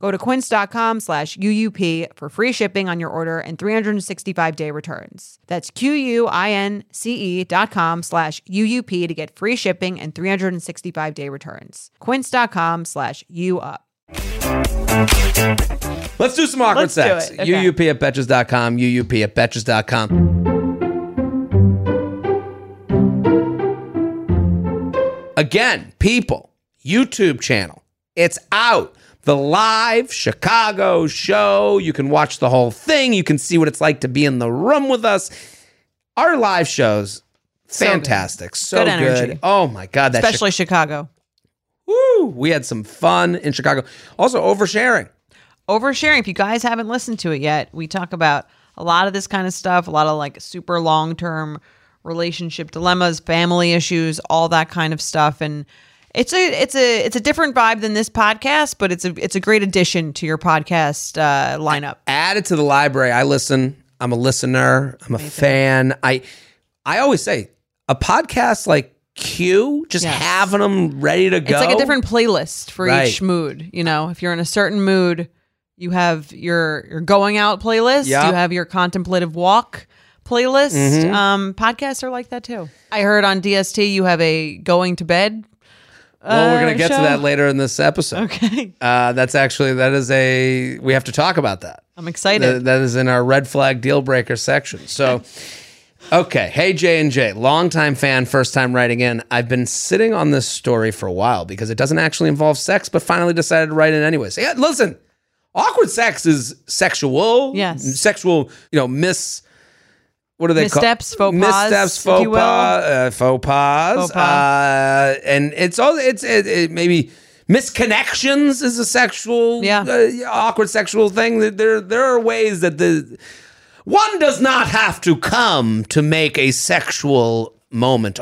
A: Go to quince.com slash UUP for free shipping on your order and 365 day returns. That's Q-U-I-N-C-E E dot com slash UUP to get free shipping and 365 day returns. Quince.com slash UUP.
B: Let's do some awkward
A: Let's do
B: sex.
A: it. Okay.
B: UUP at betches.com, UUP at betches.com. Again, people, YouTube channel. It's out. The live Chicago show. You can watch the whole thing. You can see what it's like to be in the room with us. Our live shows, fantastic. So
A: Good
B: good.
A: energy.
B: Oh my God. That
A: Especially Chicago.
B: Woo! We had some fun in Chicago. Also, oversharing.
A: Oversharing, if you guys haven't listened to it yet, we talk about a lot of this kind of stuff, a lot of like super long term relationship dilemmas, family issues, all that kind of stuff. And it's a it's a it's a different vibe than this podcast, but it's a it's a great addition to your podcast uh, lineup.
B: add it to the library. I listen. I'm a listener. I'm a fan. I I always say a podcast like Q, just
A: Yes.
B: having them ready to go.
A: It's like a different playlist for each
B: Right.
A: mood. You know, if you're in a certain mood, you have your your going out playlist.
B: Yeah.
A: You have your contemplative walk playlist.
B: Mm-hmm.
A: Um, podcasts are like that too. I heard on DST you have a going to bed.
B: Well, we're gonna
A: uh,
B: get
A: show.
B: to that later in this episode.
A: Okay,
B: Uh, that's actually that is a we have to talk about that.
A: I'm excited.
B: Th- that is in our red flag deal breaker section. So, okay, hey J and J, longtime fan, first time writing in. I've been sitting on this story for a while because it doesn't actually involve sex, but finally decided to write in anyways. Yeah, listen, awkward sex is sexual.
A: Yes.
B: sexual. You know, miss. What do they
A: Missteps,
B: call
A: faux pas,
B: Missteps,
A: if
B: faux
A: you will.
B: pas, uh, faux pas,
A: Faux
B: Uh, and it's all it's it, it maybe misconnections is a sexual
A: Yeah.
B: uh, awkward sexual thing That there there are ways that the one does not have to come to make a sexual moment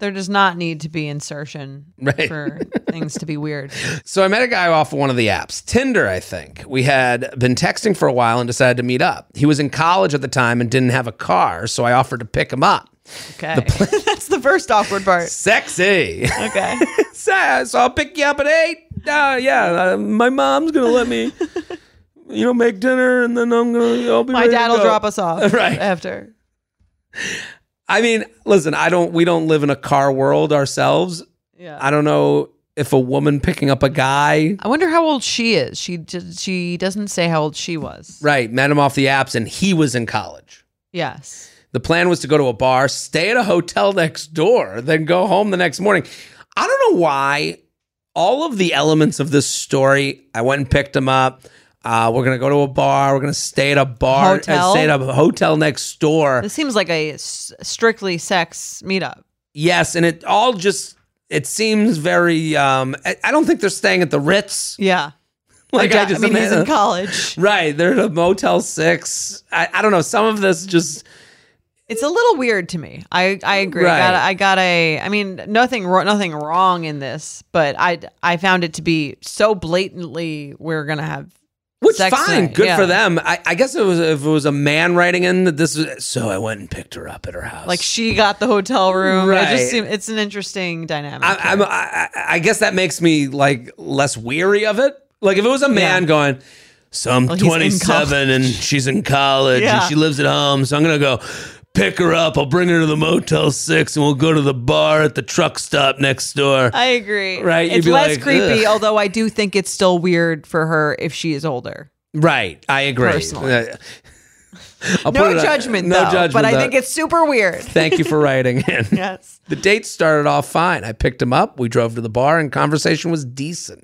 A: there does not need to be insertion
B: Right.
A: for things to be weird.
B: So I met a guy off of one of the apps, Tinder, I think. We had been texting for a while and decided to meet up. He was in college at the time and didn't have a car, so I offered to pick him up.
A: Okay, that's the first awkward part.
B: Sexy.
A: Okay,
B: so, so I'll pick you up at eight. Uh, yeah, uh, my mom's gonna let me, you know, make dinner, and then I'm gonna. I'll be
A: my
B: ready to
A: dad will
B: go.
A: drop us off
B: Right.
A: after.
B: I mean, listen, I don't. We don't live in a car world ourselves.
A: Yeah.
B: I don't know if a woman picking up a guy,
A: I wonder how old she is. She d- she doesn't say how old she was.
B: right, met him off the apps, and he was in college.
A: Yes.
B: The plan was to go to a bar, stay at a hotel next door, then go home the next morning. I don't know why all of the elements of this story. I went and picked him up. Uh, we're gonna go to a bar. We're gonna stay at a bar. uh,
A: Hotel?
B: stay at a hotel next door.
A: This seems like a s- strictly sex meetup.
B: yes, and it all just it seems very. Um, I, I don't think they're staying at the Ritz.
A: Yeah.
B: Like
A: da-
B: I just
A: mean, he's in
B: imagine-
A: college.
B: Right, they're at a Motel Six. I, I don't know. Some of this just
A: It's a little weird to me. I, I agree.
B: Right.
A: I, got, I got a. I mean, nothing wro- nothing wrong in this, but I I found it to be so blatantly. We're gonna have
B: Which
A: sex
B: fine,
A: night,
B: good
A: yeah.
B: for them. I, I guess it was if it was a man writing in that this was. So I went and picked her up at her house.
A: like she got the hotel room. It just
B: Right.
A: seem, it's an interesting dynamic.
B: I, I'm, I, I- I guess that makes me like less weary of it. Like if it was a man
A: Yeah.
B: going, so I'm
A: he's in
B: 27 and she's in college
A: Yeah.
B: and she lives at home, so I'm gonna go pick her up. I'll bring her to the Motel Six and we'll go to the bar at the truck stop next door.
A: I agree.
B: Right, you'd
A: It's
B: be
A: less
B: like,
A: creepy,
B: "Ugh."
A: although I do think it's still weird for her if she is older.
B: Right. I agree.
A: Personally.
B: Uh, I'll put
A: No
B: it on-
A: judgment,
B: No
A: though,
B: judgment.
A: But I
B: though.
A: think it's super weird.
B: Thank you for writing in.
A: Yes.
B: The date started off fine. I picked him up. We drove to the bar, and conversation was decent.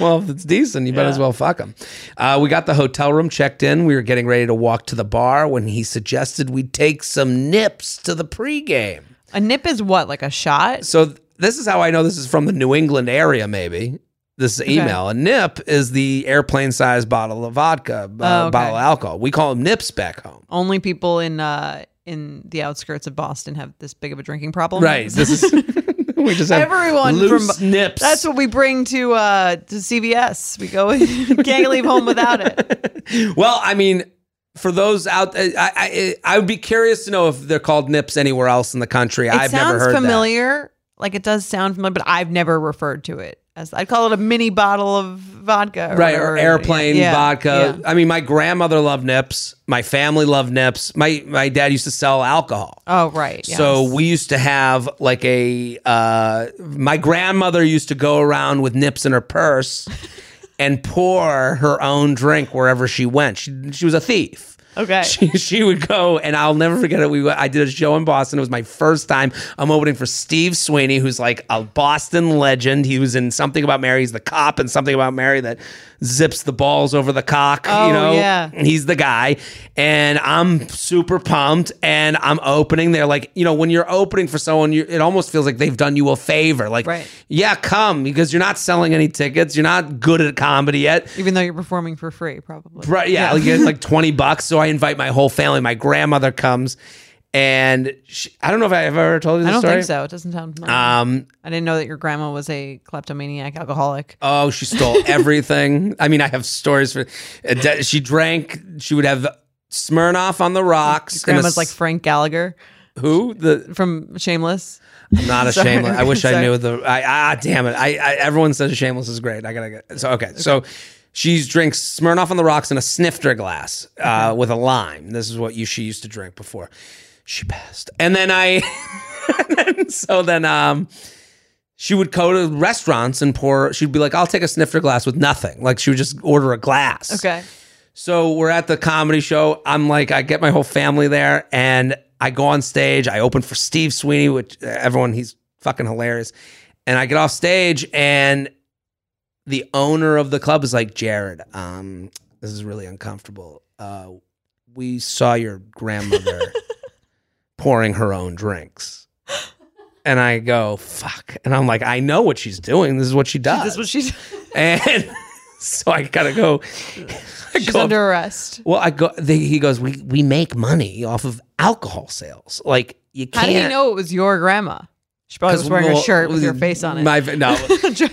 B: well, if it's decent, you might as well fuck him. Uh, we got the hotel room checked in. We were getting ready to walk to the bar when he suggested we take some nips to the pregame.
A: A nip is what, like a shot?
B: So th- this is how I know this is from the New England area, maybe. This email. A nip is the airplane sized bottle of vodka, uh,
A: Oh, okay.
B: bottle of alcohol. We call them nips back home.
A: Only people in uh in the outskirts of Boston have this big of a drinking problem.
B: Right. This is we just have
A: Oh Everyone
B: loose
A: from-
B: nips.
A: That's what we bring to uh to CVS. We go can't leave home without it.
B: well, I mean, for those out, I, I I would be curious to know if they're called nips anywhere else in the country.
A: It
B: I've never
A: sounds
B: heard
A: familiar. Like it does sound familiar, but I've never referred to it as I'd call it a mini bottle of vodka.
B: that. Right,
A: whatever.
B: or airplane
A: Yeah,
B: vodka.
A: yeah.
B: I mean, my grandmother loved nips. My family loved nips. My my dad used to sell alcohol.
A: Oh right. yes.
B: So we used to have like a. Uh, my grandmother used to go around with nips in her purse, and pour her own drink wherever she went. She she was a thief.
A: Okay.
B: She, she would go, and I'll never forget it. We went- I did a show in Boston. It was my first time. I'm opening for Steve Sweeney, who's like a Boston legend. He was in something about Mary. He's the cop and something about Mary that zips the balls over the cock.
A: Oh,
B: you know,
A: yeah.
B: he's the guy, and I'm super pumped. And I'm opening. They're like, you know, when you're opening for someone, you, it almost feels like they've done you a favor. Like,
A: Right.
B: yeah, come because you're not selling any tickets. You're not good at comedy yet.
A: even though you're performing for free, probably.
B: Right. Yeah. Like, it's like 20 bucks. So I invite my whole family. My grandmother comes and she, I don't know if I've ever told you
A: I
B: this
A: don't
B: story.
A: think so. It doesn't sound familiar.
B: Um,
A: I didn't know that your grandma was a kleptomaniac alcoholic.
B: oh, she stole everything. I mean, I have stories for, uh, de- she drank, she would have Smirnoff on the rocks. and a
A: Grandma's like
B: s-
A: Frank Gallagher
B: who? The,
A: from Shameless.
B: I'm not a
A: Sorry.
B: shameless. I wish I
A: Sorry.
B: knew the, I, ah, damn it. I, I, everyone says shameless is great. I gotta get, so, okay. So she drinks Smirnoff on the rocks in a snifter glass, uh, with a lime. This is what you, she used to drink before. she passed. And then I, and then- so then um, she would go to restaurants and pour. She'd be like, "I'll take a snifter glass with nothing." Like she would just order a glass.
A: Okay.
B: So we're at the comedy show. I'm like, I get my whole family there, and I go on stage. I open for Steve Sweeney, which uh, everyone he's fucking hilarious. And I get off stage, and the owner of the club is like, Jared, um, this is really uncomfortable. Uh, we saw your grandmother pouring her own drinks. And I go, fuck. And I'm like, I know what she's doing. This is what she does.
A: This is what she's
B: Uh, and so I gotta go. I
A: she's
B: go up-
A: under arrest.
B: well, I go. They, he goes. We we make money off of alcohol sales. Like you
A: How
B: can't.
A: did he know it was your grandma? She probably
B: 'cause
A: was wearing
B: we'll- mm,
A: a shirt with your face on it.
B: My fa- no,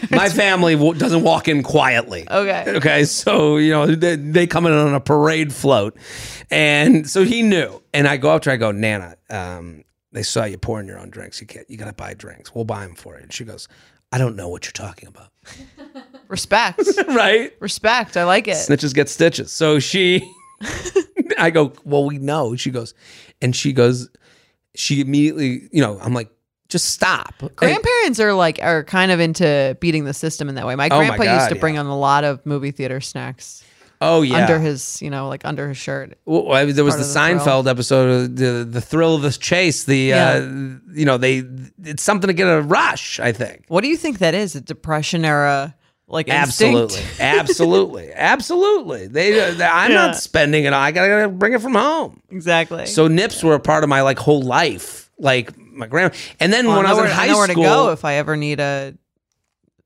B: my family w- doesn't walk in quietly.
A: okay.
B: Okay, so you know they, they come in on a parade float, and so he knew. And I go up to her, I go, Nana, um, they saw you pouring your own drinks. You can't. You gotta buy drinks. We'll buy them for you. And she goes, I don't know what you're talking about.
A: Respect.
B: right.
A: Respect. I like it.
B: snitches get stitches. So she, I go, well, we know. She goes, and she goes, she immediately, you know, I'm like, just stop. And-
A: Grandparents are like are kind of into beating the system in that way. My
B: Oh my
A: grandpa used
B: God,
A: to
B: yeah.
A: bring on a lot of movie theater snacks
B: oh yeah.
A: under his, you know, like under his shirt.
B: Well, I mean, there was
A: Part
B: the,
A: of the
B: Seinfeld episode, uh, the the thrill of the chase. The
A: Yeah.
B: uh, you know they it's something to get a rush. I think
A: What do you think that is? A depression era like
B: absolutely,
A: instinct?
B: absolutely, absolutely. They, uh, they- I'm
A: Yeah.
B: not spending it. I gotta, gotta bring it from home.
A: Exactly.
B: So nips were a part of my like whole life. Like my grandma, and then
A: Well,
B: when I was
A: know
B: in
A: where-
B: high
A: know where
B: school,
A: to go if I ever need a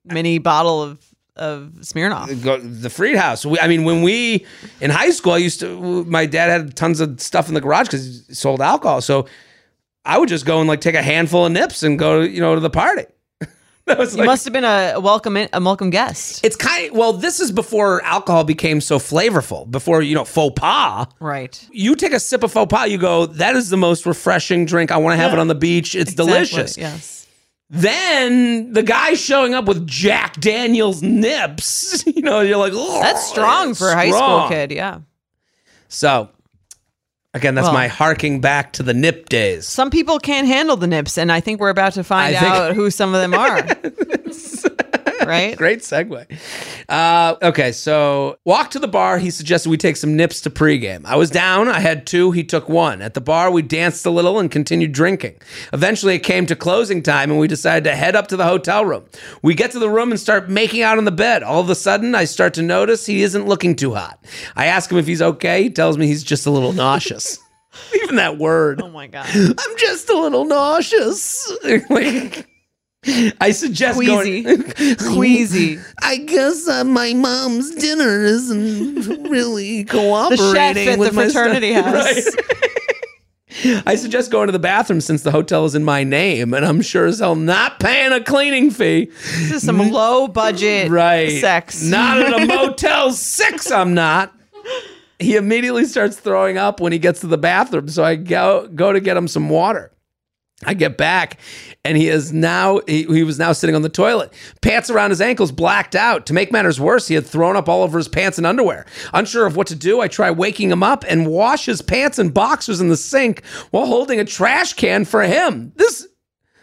A: mini bottle of of Smirnoff.
B: go, the Freed House. We, I mean, when we in high school, I used to. My dad had tons of stuff in the garage because he sold alcohol. So I would just go and like take a handful of nips and go, you know, to the party. that was
A: You
B: like,
A: must have been a a welcome in, a welcome guest,
B: it's kind of well. This is before alcohol became so flavorful. Before you know faux pas.
A: right?
B: You take a sip of faux pas, you go, that is the most refreshing drink. I want to have it on the beach. It's delicious.
A: Exactly, Yes.
B: Then the guy showing up with Jack Daniels nips, you know, you're like, "Oh,
A: That's strong
B: it's
A: for a high school
B: strong."
A: kid. Yeah.
B: So, again, that's
A: Well-
B: my harking back to the nip days.
A: Some people can't handle the nips, and I think we're about to find
B: I think-
A: out who some of them are. right?
B: Great segue. Uh, okay, so walk to the bar. He suggested we take some nips to pregame. I was down. I had two. He took one. At the bar, we danced a little and continued drinking. Eventually, it came to closing time, and we decided to head up to the hotel room. We get to the room and start making out on the bed. All of a sudden, I start to notice he isn't looking too hot. I ask him if he's okay. He tells me he's just a little nauseous. Even that word.
A: Oh my god.
B: I'm just a little nauseous. Like, I suggest
A: Queasy.
B: going.
A: Queasy.
B: I guess uh, my mom's dinner isn't really cooperating
A: at
B: with
A: the
B: my stuff.
A: fraternity house.
B: Right. I suggest going to the bathroom since the hotel is in my name, and I'm sure as hell not paying a cleaning fee.
A: This is some low budget
B: Right.
A: sex.
B: Not at a Motel 6, I'm not. He immediately starts throwing up when he gets to the bathroom. So I go, go to get him some water. I get back and he is now, he, he was now sitting on the toilet. Pants around his ankles blacked out. To make matters worse, he had thrown up all over his pants and underwear. Unsure of what to do, I try waking him up and wash his pants and boxers in the sink while holding a trash can for him. This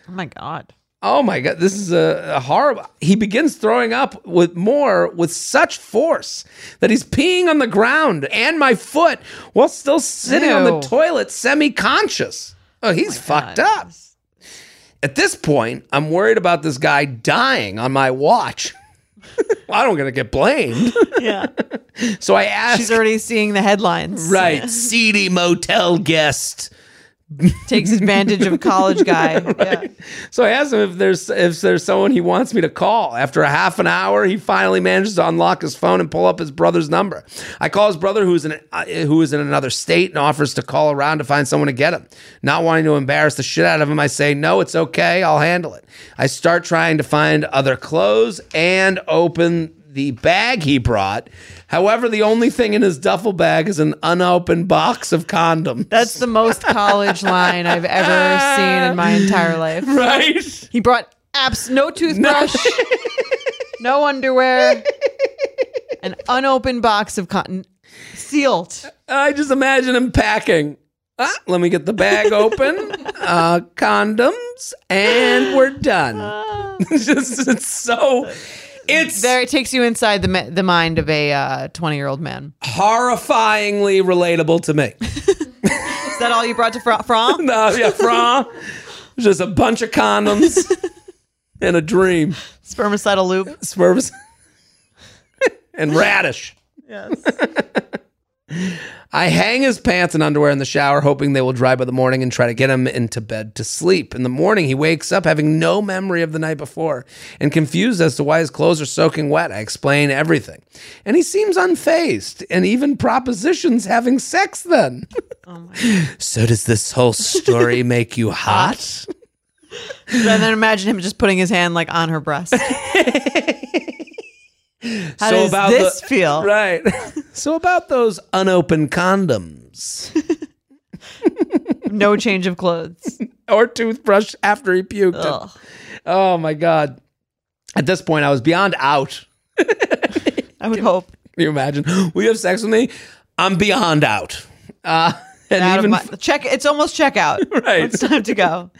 A: Oh my god.
B: Oh my god, this is a, a horrible. He begins throwing up with more with such force that he's peeing on the ground and my foot while still sitting on the
A: Ew.
B: toilet semi-conscious. Oh, he's fucked up. At this point, I'm worried about this guy dying on my watch. I don't gonna get blamed.
A: Yeah.
B: So I ask
A: She's already seeing the headlines.
B: right, seedy motel guest.
A: Takes advantage of a college guy. Yeah.
B: So I asked him if there's if there's someone he wants me to call. After a half an hour, he finally manages to unlock his phone and pull up his brother's number. I call his brother, who's in uh, who is in another state, and offers to call around to find someone to get him. Not wanting to embarrass the shit out of him, I say, "No, it's okay. I'll handle it." I start trying to find other clothes and open the bag he brought. However, the only thing in his duffel bag is an unopened box of condoms.
A: That's the most college line I've ever seen in my entire life.
B: right.
A: He brought abs no toothbrush, no, underwear, an unopened box of cotton sealed.
B: I just imagine him packing. Ah, let me get the bag open. uh, condoms, and we're done. It's just, it's so. It's
A: There it takes you inside the ma- the mind of a 20 year old man.
B: horrifyingly relatable to me.
A: Is that all you brought to Fra- from?
B: No, yeah, fra, just a bunch of condoms and a dream.
A: Spermicidal loop.
B: Swerves and radish.
A: Yes.
B: I hang his pants and underwear in the shower, hoping they will dry by the morning and try to get him into bed to sleep. In the morning, he wakes up having no memory of the night before and confused as to why his clothes are soaking wet. I explain everything. And he seems unfazed and even propositions having sex then.
A: Oh
B: so, does this whole story make you hot?
A: And then imagine him just putting his hand like on her breast. How
B: So
A: does
B: about
A: this
B: the-
A: feel?
B: Right. so, about those unopened condoms.
A: No change of clothes.
B: or toothbrush after he puked. it.
A: Ugh.
B: Oh my god! At this point, I was beyond out.
A: I would hope.
B: Can you imagine? Will you have sex with me? I'm beyond out. Uh, and
A: Out of
B: even
A: my, check. It's almost checkout.
B: Right.
A: It's time to go.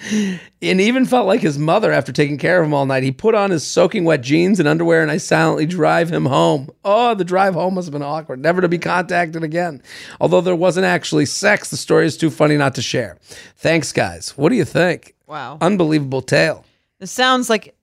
B: and even felt like his mother after taking care of him all night. He put on his soaking wet jeans and underwear, and I silently drive him home. Oh, the drive home must have been awkward, never to be contacted again. Although there wasn't actually sex, the story is too funny not to share. Thanks, guys. What do you think?
A: Wow.
B: Unbelievable tale.
A: This sounds like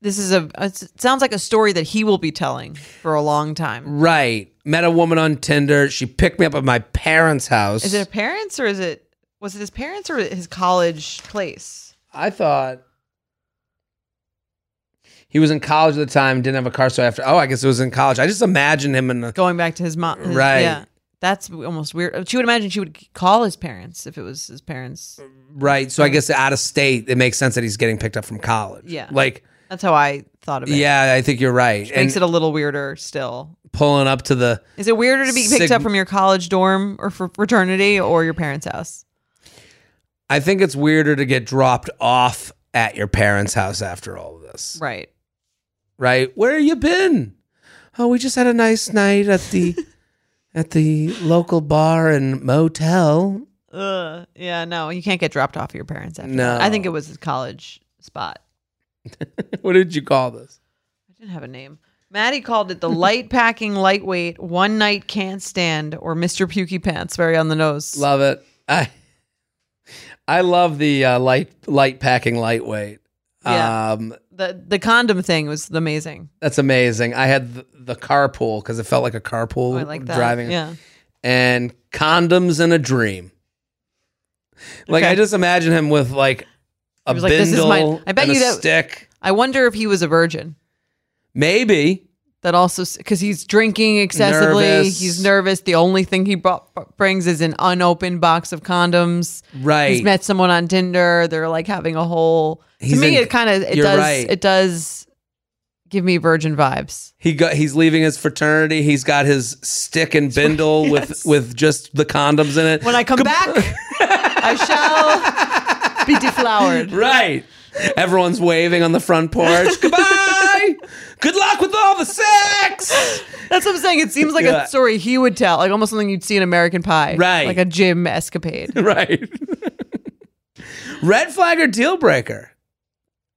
A: this is a it sounds like a story that he will be telling for a long time.
B: Right. Met a woman on Tinder. She picked me up at my parents' house.
A: Is it parents or is it was it his parents or his college place?
B: I thought he was in college at the time, didn't have a car. So after, oh, I guess it was in college. I just imagined him in the.
A: Going back to his mom. his-
B: Right.
A: Yeah. That's almost weird. Oh, She would imagine she would call his parents if it was his parents.
B: Right. So I guess out of state, it makes sense that he's getting picked up from college.
A: Yeah.
B: Like,
A: That's how I thought of it.
B: yeah, I think you're right.
A: Makes
B: And
A: it a little weirder still.
B: pulling up to the.
A: Is it weirder to be picked
B: Sig-
A: up from your college dorm or fr- fraternity or your parents' house?
B: I think it's weirder to get dropped off at your parents' house after all of this.
A: Right.
B: right? Where you been? Oh, we just had a nice night at the at the local bar and motel.
A: Ugh. Yeah, no, you can't get dropped off at your parents after
B: No.
A: that. I think it was his college spot.
B: what did you call this?
A: I should have a name. Maddie called it the light packing, lightweight, one night can't stand, or Mr. Pukey Pants, very on the nose.
B: Love it. I I love the uh, light light packing lightweight.
A: Yeah.
B: Um,
A: the the condom thing was amazing.
B: that's amazing. I had the, the carpool because it felt like a carpool
A: Oh, I like that.
B: driving.
A: Yeah.
B: and condoms in a dream. Like
A: Okay.
B: I just imagine him with like a
A: was
B: bindle
A: like, "This is mine." I bet
B: and
A: you
B: a
A: that-
B: stick.
A: I wonder if he was a virgin.
B: Maybe
A: That also because he's drinking excessively.
B: Nervous.
A: He's nervous. The only thing he brought, brings is an unopened box of condoms.
B: right.
A: He's met someone on Tinder. They're like having a whole. to
B: He's
A: me,
B: in-
A: it kind of it
B: you're
A: does
B: right.
A: it does give me virgin vibes.
B: he got he's leaving his fraternity. He's got his stick and bindle with with just the condoms in it.
A: When I come back, I shall be deflowered.
B: right. Everyone's waving on the front porch. Goodbye. Good luck with all the sex.
A: That's what I'm saying. It seems like
B: Yeah.
A: a story he would tell, like almost something you'd see in American Pie,
B: Right.
A: Like a gym escapade.
B: Right. Red flag or deal breaker.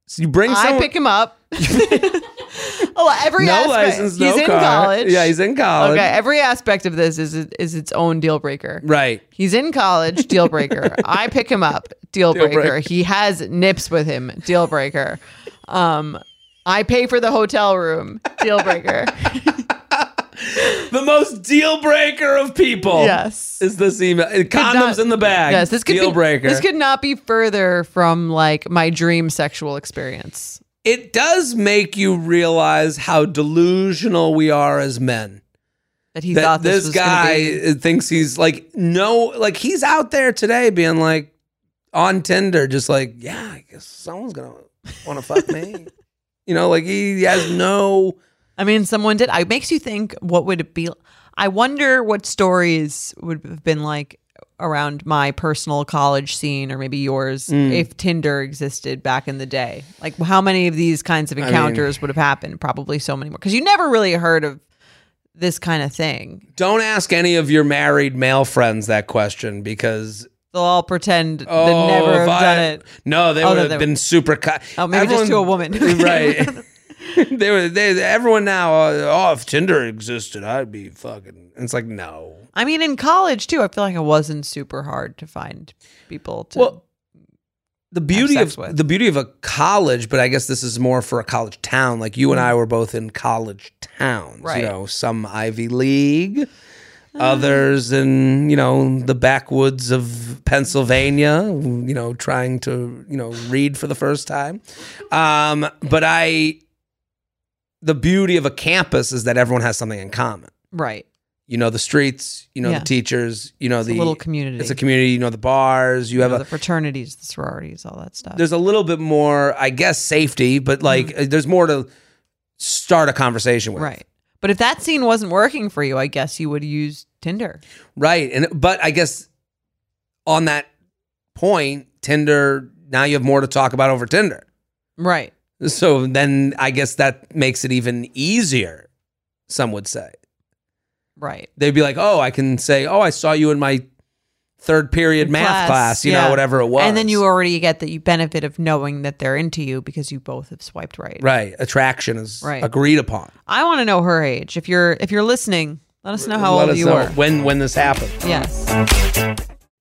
B: So you bring
A: I
B: someone
A: pick him up. oh, every
B: no
A: aspect.
B: license, no
A: he's in
B: car.
A: college.
B: Yeah, he's in college.
A: okay. Every aspect of this is is its own deal breaker.
B: Right.
A: He's in college, deal breaker. I pick him up, deal,
B: Deal
A: breaker.
B: breaker.
A: He has nips with him, deal breaker. Um, I pay for the hotel room, deal breaker.
B: The most deal breaker of people.
A: yes.
B: Is this email condoms
A: not-
B: in the bag?
A: Yes, this could
B: deal
A: be,
B: breaker.
A: This could not be further from like my dream sexual experience.
B: it does make you realize how delusional we are as men.
A: That he
B: That
A: thought this,
B: this,
A: was gonna
B: guy
A: be-
B: thinks he's like no, like he's out there today being like on Tinder, just like yeah, I guess someone's gonna want to fuck me. You know, like he has no.
A: I mean, someone did. It makes you think. What would it be? I wonder what stories would have been like around my personal college scene, or maybe yours,
B: Mm.
A: if Tinder existed back in the day. Like, how many of these kinds of encounters would have happened? Probably so many more, because you never really heard of this kind of thing.
B: Don't ask any of your married male friends that question because
A: They'll all pretend they
B: Oh,
A: never
B: if
A: have
B: I-
A: done it.
B: No, they
A: Oh,
B: would
A: no,
B: have
A: they-
B: been super. Co-
A: Oh, maybe just to a woman.
B: right? they were. They, everyone now. uh, Oh, if Tinder existed, I'd be fucking. It's like no.
A: I mean, in college too, I feel like it wasn't super hard to find people to.
B: Well, the beauty
A: sex
B: of
A: with.
B: the beauty of a college, but I guess this is more for a college town. Like you and I were both in college towns,
A: Mm. Right. Ah.
B: you know, some Ivy League, others in, you know, the backwoods of Pennsylvania, you know, trying to, you know, read for the first time. Um, but I the beauty of a campus is that everyone has something in common.
A: right,
B: You know the streets, you know
A: Yeah.
B: the teachers, you know
A: it's
B: the
A: a little community.
B: it's a community, you know the bars, you
A: You
B: have
A: know,
B: a
A: the fraternities, the sororities, all that stuff.
B: there's a little bit more, I guess, safety, but like uh, there's more to start a conversation with.
A: Mm. Right. But if that scene wasn't working for you, I guess you would use Tinder.
B: Right. And but I guess on that point, Tinder, now you have more to talk about over Tinder.
A: Right.
B: So then I guess that makes it even easier, some would say.
A: Right.
B: They'd be like, Oh, I can say, Oh, I saw you in my third period math
A: Class,
B: class, you
A: yeah.
B: know, whatever it was.
A: And then you already get the benefit of knowing that they're into you because you both have swiped right.
B: Right. Attraction is
A: Right.
B: agreed upon.
A: I want to know her age. If you're if you're listening, let us know how
B: Let
A: old
B: us
A: you
B: know
A: are.
B: when when this happened.
A: Yes.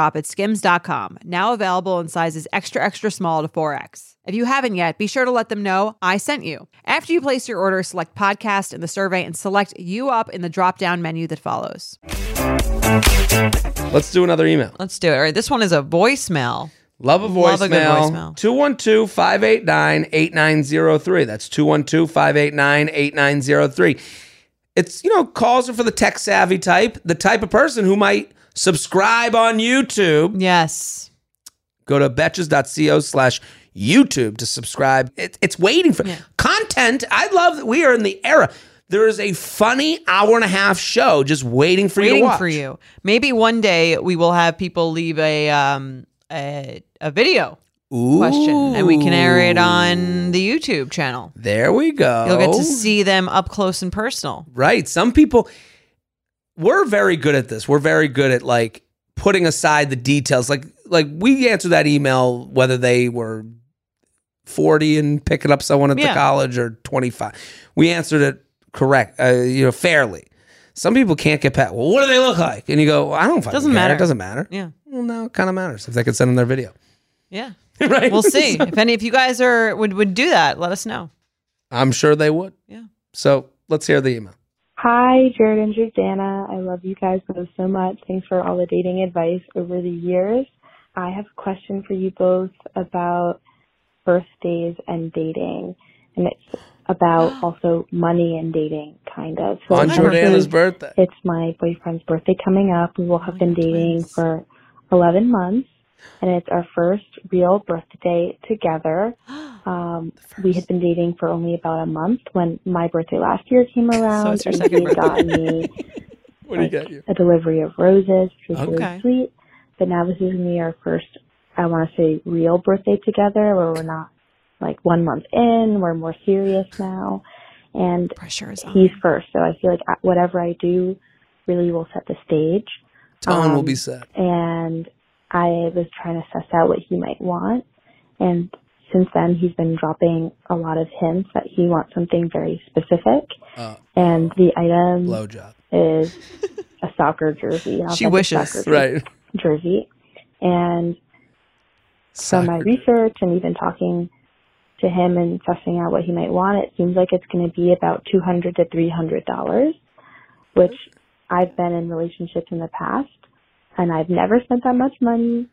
A: shop at skims.com, now available in sizes extra, extra small to 4X. If you haven't yet, be sure to let them know I sent you. After you place your order, select podcast in the survey and select you up in the drop down menu that follows.
B: Let's do another email.
A: Let's do it. All right. This one is a voicemail.
B: Love a
A: Love a good
B: voicemail.
A: voicemail.
B: 212 589 8903. That's 212 589 8903. It's, you know, calls are for the tech savvy type, the type of person who might subscribe on YouTube.
A: Yes.
B: Go to betches.co slash YouTube to subscribe. It, it's waiting for
A: Yeah.
B: content. I love that we are in the era. There is a funny hour and a half show just waiting for you to
A: Waiting
B: watch.
A: for you. Maybe one day we will have people leave a um a, a video
B: Ooh.
A: question and we can air it on the YouTube channel.
B: There we go.
A: You'll get to see them up close and personal.
B: Right. Some people, we're very good at this. We're very good at like putting aside the details. Like, like we answer that email whether they were 40 and picking up someone at the
A: Yeah.
B: college or 25. We answered it correct, uh, you know, fairly. Some people can't get past. Well, what do they look like? And you go, well, I don't fucking
A: Doesn't
B: care.
A: matter.
B: It doesn't matter.
A: Yeah.
B: Well, no, it kind of matters if they could send them their video,
A: Yeah.
B: right?
A: We'll see. if any of you guys are would, would do that, let us know.
B: I'm sure they would.
A: Yeah.
B: So let's hear the email.
C: Hi, Jared and Jordana. I love you guys both so much. Thanks for all the dating advice over the years. I have a question for you both about birthdays and dating. And it's about also money and dating, kind of. So
B: On
C: it's not
B: Jordana's
C: really-
B: birthday.
C: It's my boyfriend's birthday coming up. We will have
A: Oh,
C: been dating for 11 months. And it's our first real birthday together. Um, we had been dating for only about a month when my birthday last year came around,
A: it's your
C: and
A: second
C: he had gotten me
B: What do you got you?
C: a delivery of roses, which was
A: Okay.
C: really sweet. But now this is gonna be our first, I want to say, real birthday together, where we're not like one month in. We're more serious now, and
A: Pressure is on.
C: he's first. So I feel like I- whatever I do really will set the stage.
B: Tone will
C: Um,
B: be set.
C: And I was trying to suss out what he might want. And since then, he's been dropping a lot of hints that he wants something very specific.
B: Uh,
C: And the item
B: blowjob.
C: is a soccer jersey. an
A: She
C: authentic
A: wishes.
C: soccer
B: Right.
C: Jersey. And from my
B: Soccer.
C: research and even talking to him and sussing out what he might want, it seems like it's going to be about two hundred to three hundred dollars, which I've been in relationships in the past, and I've never spent that much money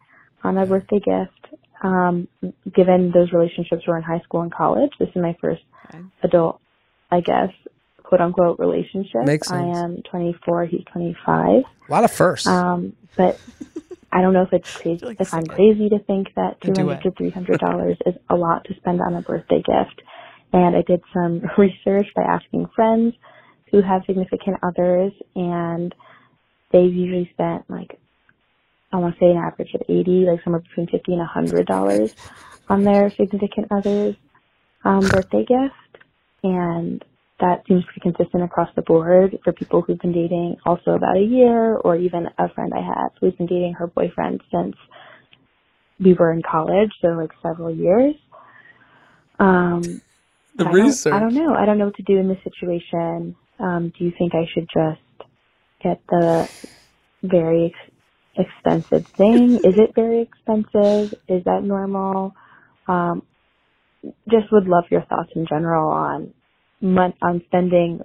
C: on a birthday gift. Um, given those relationships were in high school and college, this is my first adult, I guess, quote unquote relationship.
B: Makes sense.
C: I am 24, he's 25.
B: A lot of firsts.
C: Um, but I don't know if it's crazy
A: like
C: if
A: it's a
C: I'm
A: duet.
C: crazy to think that
A: A
C: two
A: duet.
C: hundred to three hundred dollars is a lot to spend on a birthday gift. And I did some research by asking friends who have significant others and they've usually spent like I wanna say an average of eighty, like somewhere between fifty and a hundred dollars on their significant others um birthday gift. And that seems pretty consistent across the board for people who've been dating also about a year or even a friend I had. We've been dating her boyfriend since we were in college, so like several years. Um,
B: the
C: I don't- I don't know. I don't know what to do in this situation. Um, do you think I should just get the very ex- expensive thing? Is it very expensive? Is that normal? Um, just would love your thoughts in general on mon- on spending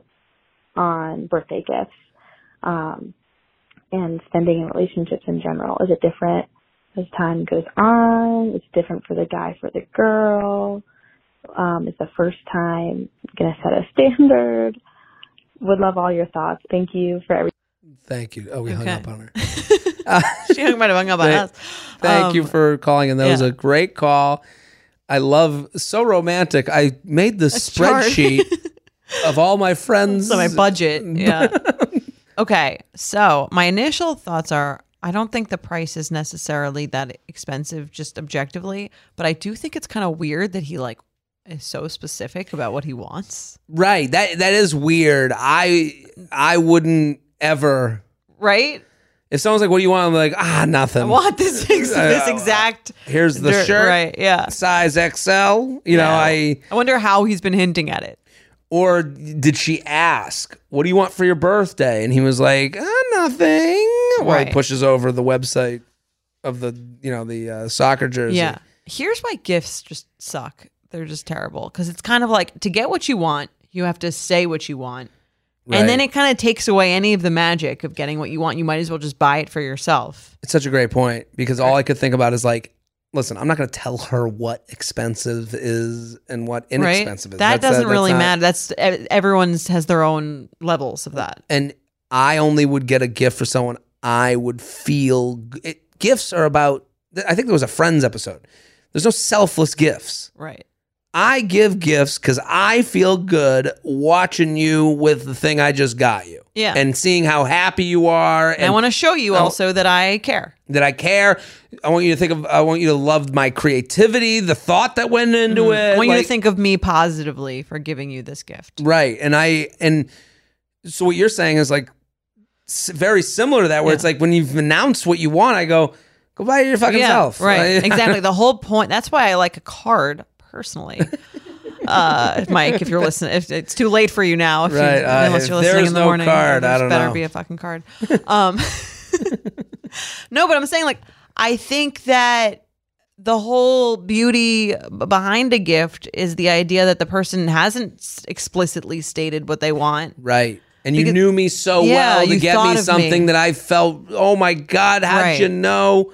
C: on birthday gifts um, and spending in relationships in general. Is it different as time goes on? It's different for the guy for the girl um, it's the first time going to set a standard. Would love all your thoughts. Thank you for everything.
B: Thank you. Oh, we hung
A: Okay.
B: up on her. Uh,
A: she might have hung up on
B: Right.
A: us.
B: thank
A: Um,
B: you for calling, and that was
A: yeah.
B: a great call. I love so romantic. I made this
A: chart.
B: spreadsheet of all my friends.
A: So my budget. Yeah. okay. So my initial thoughts are I don't think the price is necessarily that expensive, just objectively, but I do think it's kind of weird that he like is so specific about what he wants.
B: right. That that is weird. I I wouldn't ever.
A: Right?
B: If someone's like, "What do you want?" I'm like, "Ah, nothing."
A: I want this, ex- this exact
B: Here's the
A: dirt-
B: shirt,
A: Right. Yeah.
B: size XL. You know, I
A: I wonder how he's been hinting at it.
B: Or did she ask, "What do you want for your birthday?" And he was like, "Uh, "Nothing." While he
A: Right.
B: pushes over the website of the you know the uh, soccer jersey.
A: Yeah. Here's why gifts just suck. They're just terrible because it's kind of like to get what you want, you have to say what you want. And then
B: Right.
A: it kind of takes away any of the magic of getting what you want. You might as well just buy it for yourself.
B: It's such a great point because all I could think about is like, listen, I'm not going to tell her what expensive is and what
A: Right?
B: inexpensive is.
A: That
B: That's-
A: doesn't
B: that's
A: really
B: not-
A: matter. That's e- everyone's has their own levels of that.
B: And I only would get a gift for someone I would feel. g- It, gifts are about. I think there was a Friends episode. There's no selfless gifts.
A: Right.
B: I give gifts because I feel good watching you with the thing I just got you.
A: Yeah.
B: And seeing how happy you are
A: And I
B: and
A: want to show you also that I care.
B: that I care. I want you to think of, I want you to love my creativity, the thought that went into it.
A: Mm-hmm. I want you
B: Uh, like-
A: to think of me positively for giving you this gift.
B: Right. And I, and so what you're saying is like s- very similar to that, where it's like when you've announced what you want, I go, go buy it your fucking self.
A: Right.
B: Like,
A: exactly. The whole point. That's why I like a card personally. uh, Mike, if you're listening, if it's too late for you now, if
B: Right,
A: you,
B: uh,
A: unless
B: if
A: you're listening
B: there's
A: in the
B: no
A: morning,
B: card, I
A: there's
B: don't
A: better
B: know.
A: be a fucking card. Um, no, but I'm saying like I think that the whole beauty b- behind a gift is the idea that the person hasn't s- explicitly stated what they want.
B: Right. And you
A: Because-
B: knew me so
A: Yeah,
B: well to
A: you
B: get
A: thought
B: me
A: of
B: something
A: me.
B: that I felt, oh my God, how'd
A: Right.
B: you know?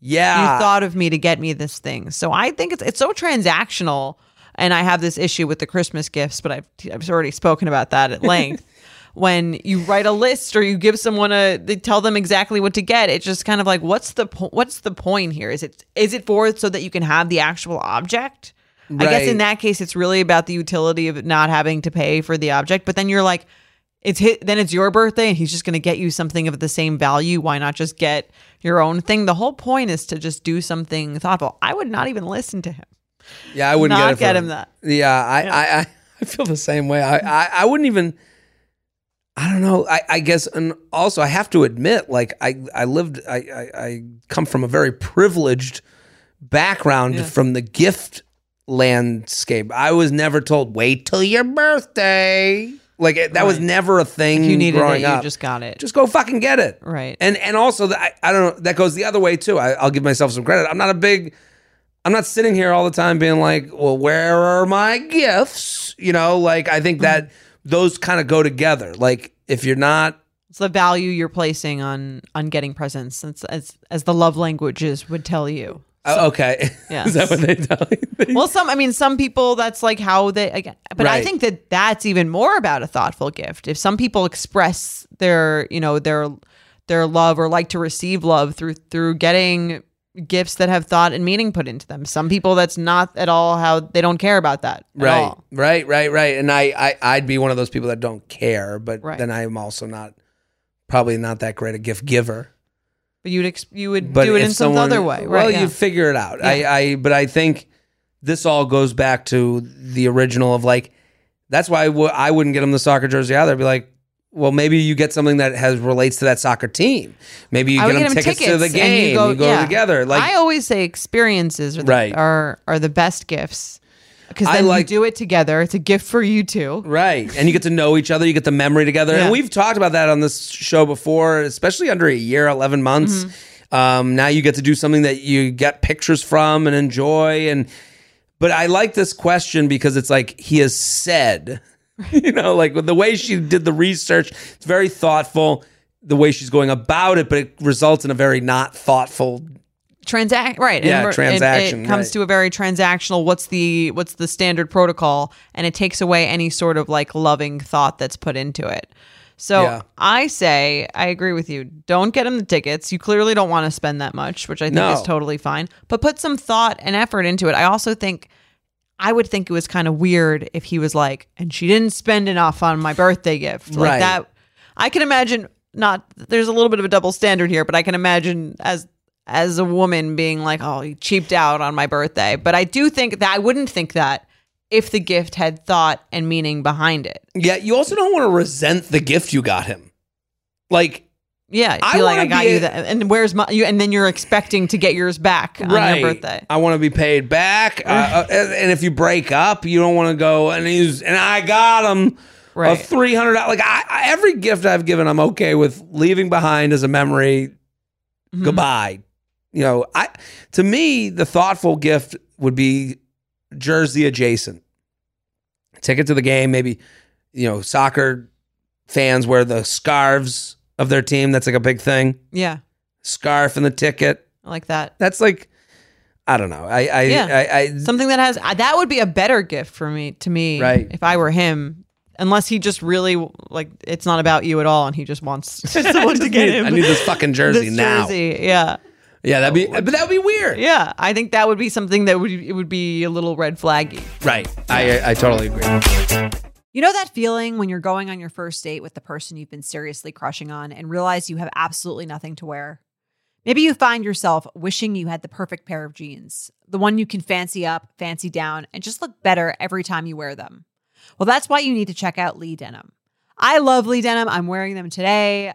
B: Yeah.
A: you thought of me to get me this thing. So I think it's it's so transactional, and I have this issue with the Christmas gifts, but I've I've already spoken about that at length. when you write a list or you give someone a they tell them exactly what to get, it's just kind of like what's the po- what's the point here? Is it is it for so that you can have the actual object? I guess
B: Right.
A: in that case, it's really about the utility of not having to pay for the object. But then you're like, it's hit. Then it's your birthday, and he's just going to get you something of the same value. Why not just get your own thing? The whole point is to just do something thoughtful. I would not even listen to him.
B: Yeah, I wouldn't
A: Not
B: get, it for
A: get him that.
B: Yeah, I, I, I, I feel the same way. I, I, I wouldn't even. I don't know. I, I guess, and also I have to admit, like I, I lived. I, I, I come from a very privileged background from the gift landscape. I was never told wait till your birthday. Like it- that was
A: Right.
B: never a thing.
A: You needed it.
B: Mm, growing
A: You
B: up.
A: just got it.
B: just go fucking get it.
A: right.
B: And and also the, I, I don't know that goes the other way too. I, I'll give myself some credit. I'm not a big. I'm not sitting here all the time being like, well, where are my gifts? You know, like I think that those kind of go together. Like if you're not
A: it's the value you're placing on on getting presents, as as, as the love languages would tell you.
B: oh, okay,
A: Yes.
B: is that what they tell you?
A: Well, some I mean, some people that's like how they again, but I
B: Right.
A: think that that's even more about a thoughtful gift. If some people express their, you know, their their love or like to receive love through through getting gifts that have thought and meaning put into them. Some people that's not at all how they don't care about that at
B: right,
A: all.
B: right, right, right. And I, I, I'd be one of those people that don't care, but
A: Right.
B: then I'm also not probably not that great a gift giver.
A: But you'd ex- you would
B: but
A: do it
B: if
A: in some
B: someone,
A: other way, right?
B: Well,
A: yeah.
B: you figure it out. I, I, but I think this all goes back to the original of like, that's why I w- I wouldn't get him the soccer jersey either. I'd be like, well, maybe you get something that has relates to that soccer team. Maybe you
A: I
B: get
A: would
B: them
A: 'em
B: tickets, to the
A: tickets and
B: game. You go,
A: yeah.
B: together. Like,
A: I always say experiences are the,
B: Right.
A: are, are the best gifts because
B: I
A: then
B: like-
A: you do it together. It's a gift for you too.
B: Right. And you get to know each other, you get the memory together.
A: Yeah.
B: And we've talked about that on this show before, especially under a year, 11 months. Um, now you get to do something that you get pictures from and enjoy. And, but I like this question because it's like he has said, you know, like with the way she did the research, it's very thoughtful, the way she's going about it, but it results in a very not thoughtful.
A: transact right
B: Yeah,
A: we're-
B: transaction,
A: it comes
B: right.
A: to a very transactional what's the what's the standard protocol and it takes away any sort of like loving thought that's put into it so
B: Yeah.
A: i say i agree with you don't get him the tickets you clearly don't want to spend that much which i think is
B: No.
A: totally fine but put some thought and effort into it i also think I would think it was kind of weird if he was like, and she didn't spend enough on my birthday gift. Like
B: Right.
A: that I can imagine not there's a little bit of a double standard here, but I can imagine as as a woman being like, Oh, you cheaped out on my birthday. But I do think that I wouldn't think that if the gift had thought and meaning behind it.
B: Yeah. You also don't want to resent the gift you got him. Like,
A: Yeah. Be
B: I
A: like
B: wanna
A: I got
B: be
A: you
B: a-
A: that and where's my you and then you're expecting to get yours back on your birthday.
B: I want to be paid back. Uh, uh, and and if you break up, you don't want to go and he's and I got him
A: Right.
B: a three hundred dollars. Like I, I, every
A: Mm-hmm.
B: gift I've given, I'm okay with leaving behind as a memory. Goodbye. you know, I to me the thoughtful gift would be jersey adjacent. Ticket to the game, maybe you know, soccer fans wear the scarves of their team. That's like a big thing.
A: Yeah.
B: Scarf and the ticket.
A: I like that.
B: That's like I don't know. I I
A: Yeah.
B: I, I
A: Something that has I- that would be a better gift for me to me
B: Right.
A: if I were him. Unless he just really like it's not about you at all, and he just wants someone to get
B: need-
A: him.
B: I need this fucking jersey
A: This
B: now.
A: jersey, Yeah,
B: Yeah, that'd be but that'd be weird.
A: yeah. I think that would be something that would it would be a little red flaggy.
B: Right. I I- I totally agree.
A: You know that feeling when you're going on your first date with the person you've been seriously crushing on and realize you have absolutely nothing to wear? Maybe you find yourself wishing you had the perfect pair of jeans, the one you can fancy up, fancy down, and just look better every time you wear them. Well, that's why you need to check out Lee Denim. I love Lee Denim. I'm wearing them today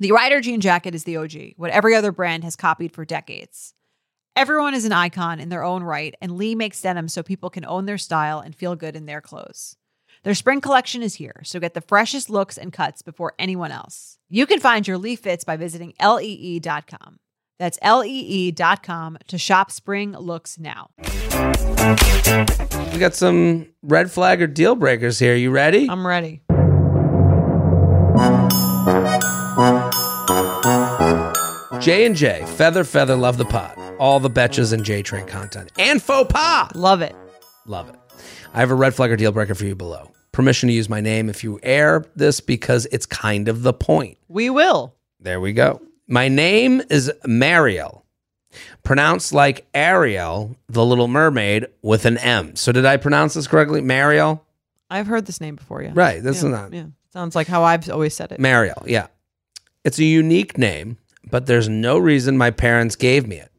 A: The Rider jean jacket is the OG, what every other brand has copied for decades. Everyone is an icon in their own right, and Lee makes denim so people can own their style and feel good in their clothes. Their spring collection is here, so get the freshest looks and cuts before anyone else. You can find your Lee fits by visiting E lee.com. That's E lee.com to shop spring looks now.
B: We got some red flag or deal breakers here. You ready?
A: I'm ready.
B: J and J, feather feather, love the pod, all the betches and J train content, and faux pas.
A: Love it.
B: Love it. I have a red flag or deal breaker for you below. Permission to use my name if you air this because it's kind of the point.
A: We will.
B: There we go. My name is Mariel, pronounced like Ariel, the Little Mermaid, with an M. So did I pronounce this correctly? Mariel.
A: I've heard this name before, yeah.
B: Right. This
A: yeah,
B: is not
A: Yeah. Sounds like how I've always said it.
B: Mariel, yeah. It's a unique name, but there's no reason my parents gave me it.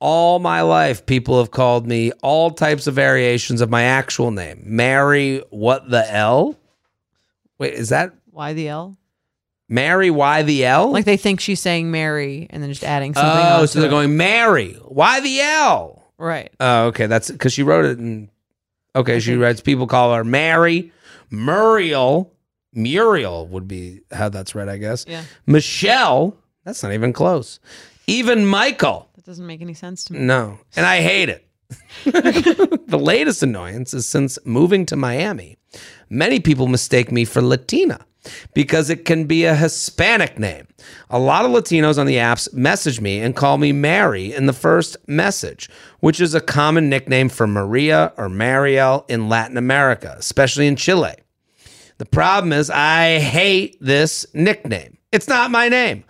B: All my life, people have called me all types of variations of my actual name. Mary, what the L? Wait, is that
A: Why the L?
B: Mary, why the L?
A: Like they think she's saying Mary and then just adding something.
B: oh,
A: onto
B: so they're
A: it.
B: going, Mary, why the L?
A: Right.
B: Oh, okay. That's because she wrote it. In, okay, she
A: Okay.
B: writes people call her Mary, Muriel. Muriel would be how that's read, I guess.
A: Yeah.
B: Michelle. That's not even close. Even Michael.
A: That doesn't make any sense to me.
B: No. And I hate it. the latest annoyance is since moving to Miami, many people mistake me for Latina because it can be a Hispanic name. A lot of Latinos on the apps message me and call me Mary in the first message, which is a common nickname for Maria or Mariel in Latin America, especially in Chile. The problem is, I hate this nickname. It's not my name.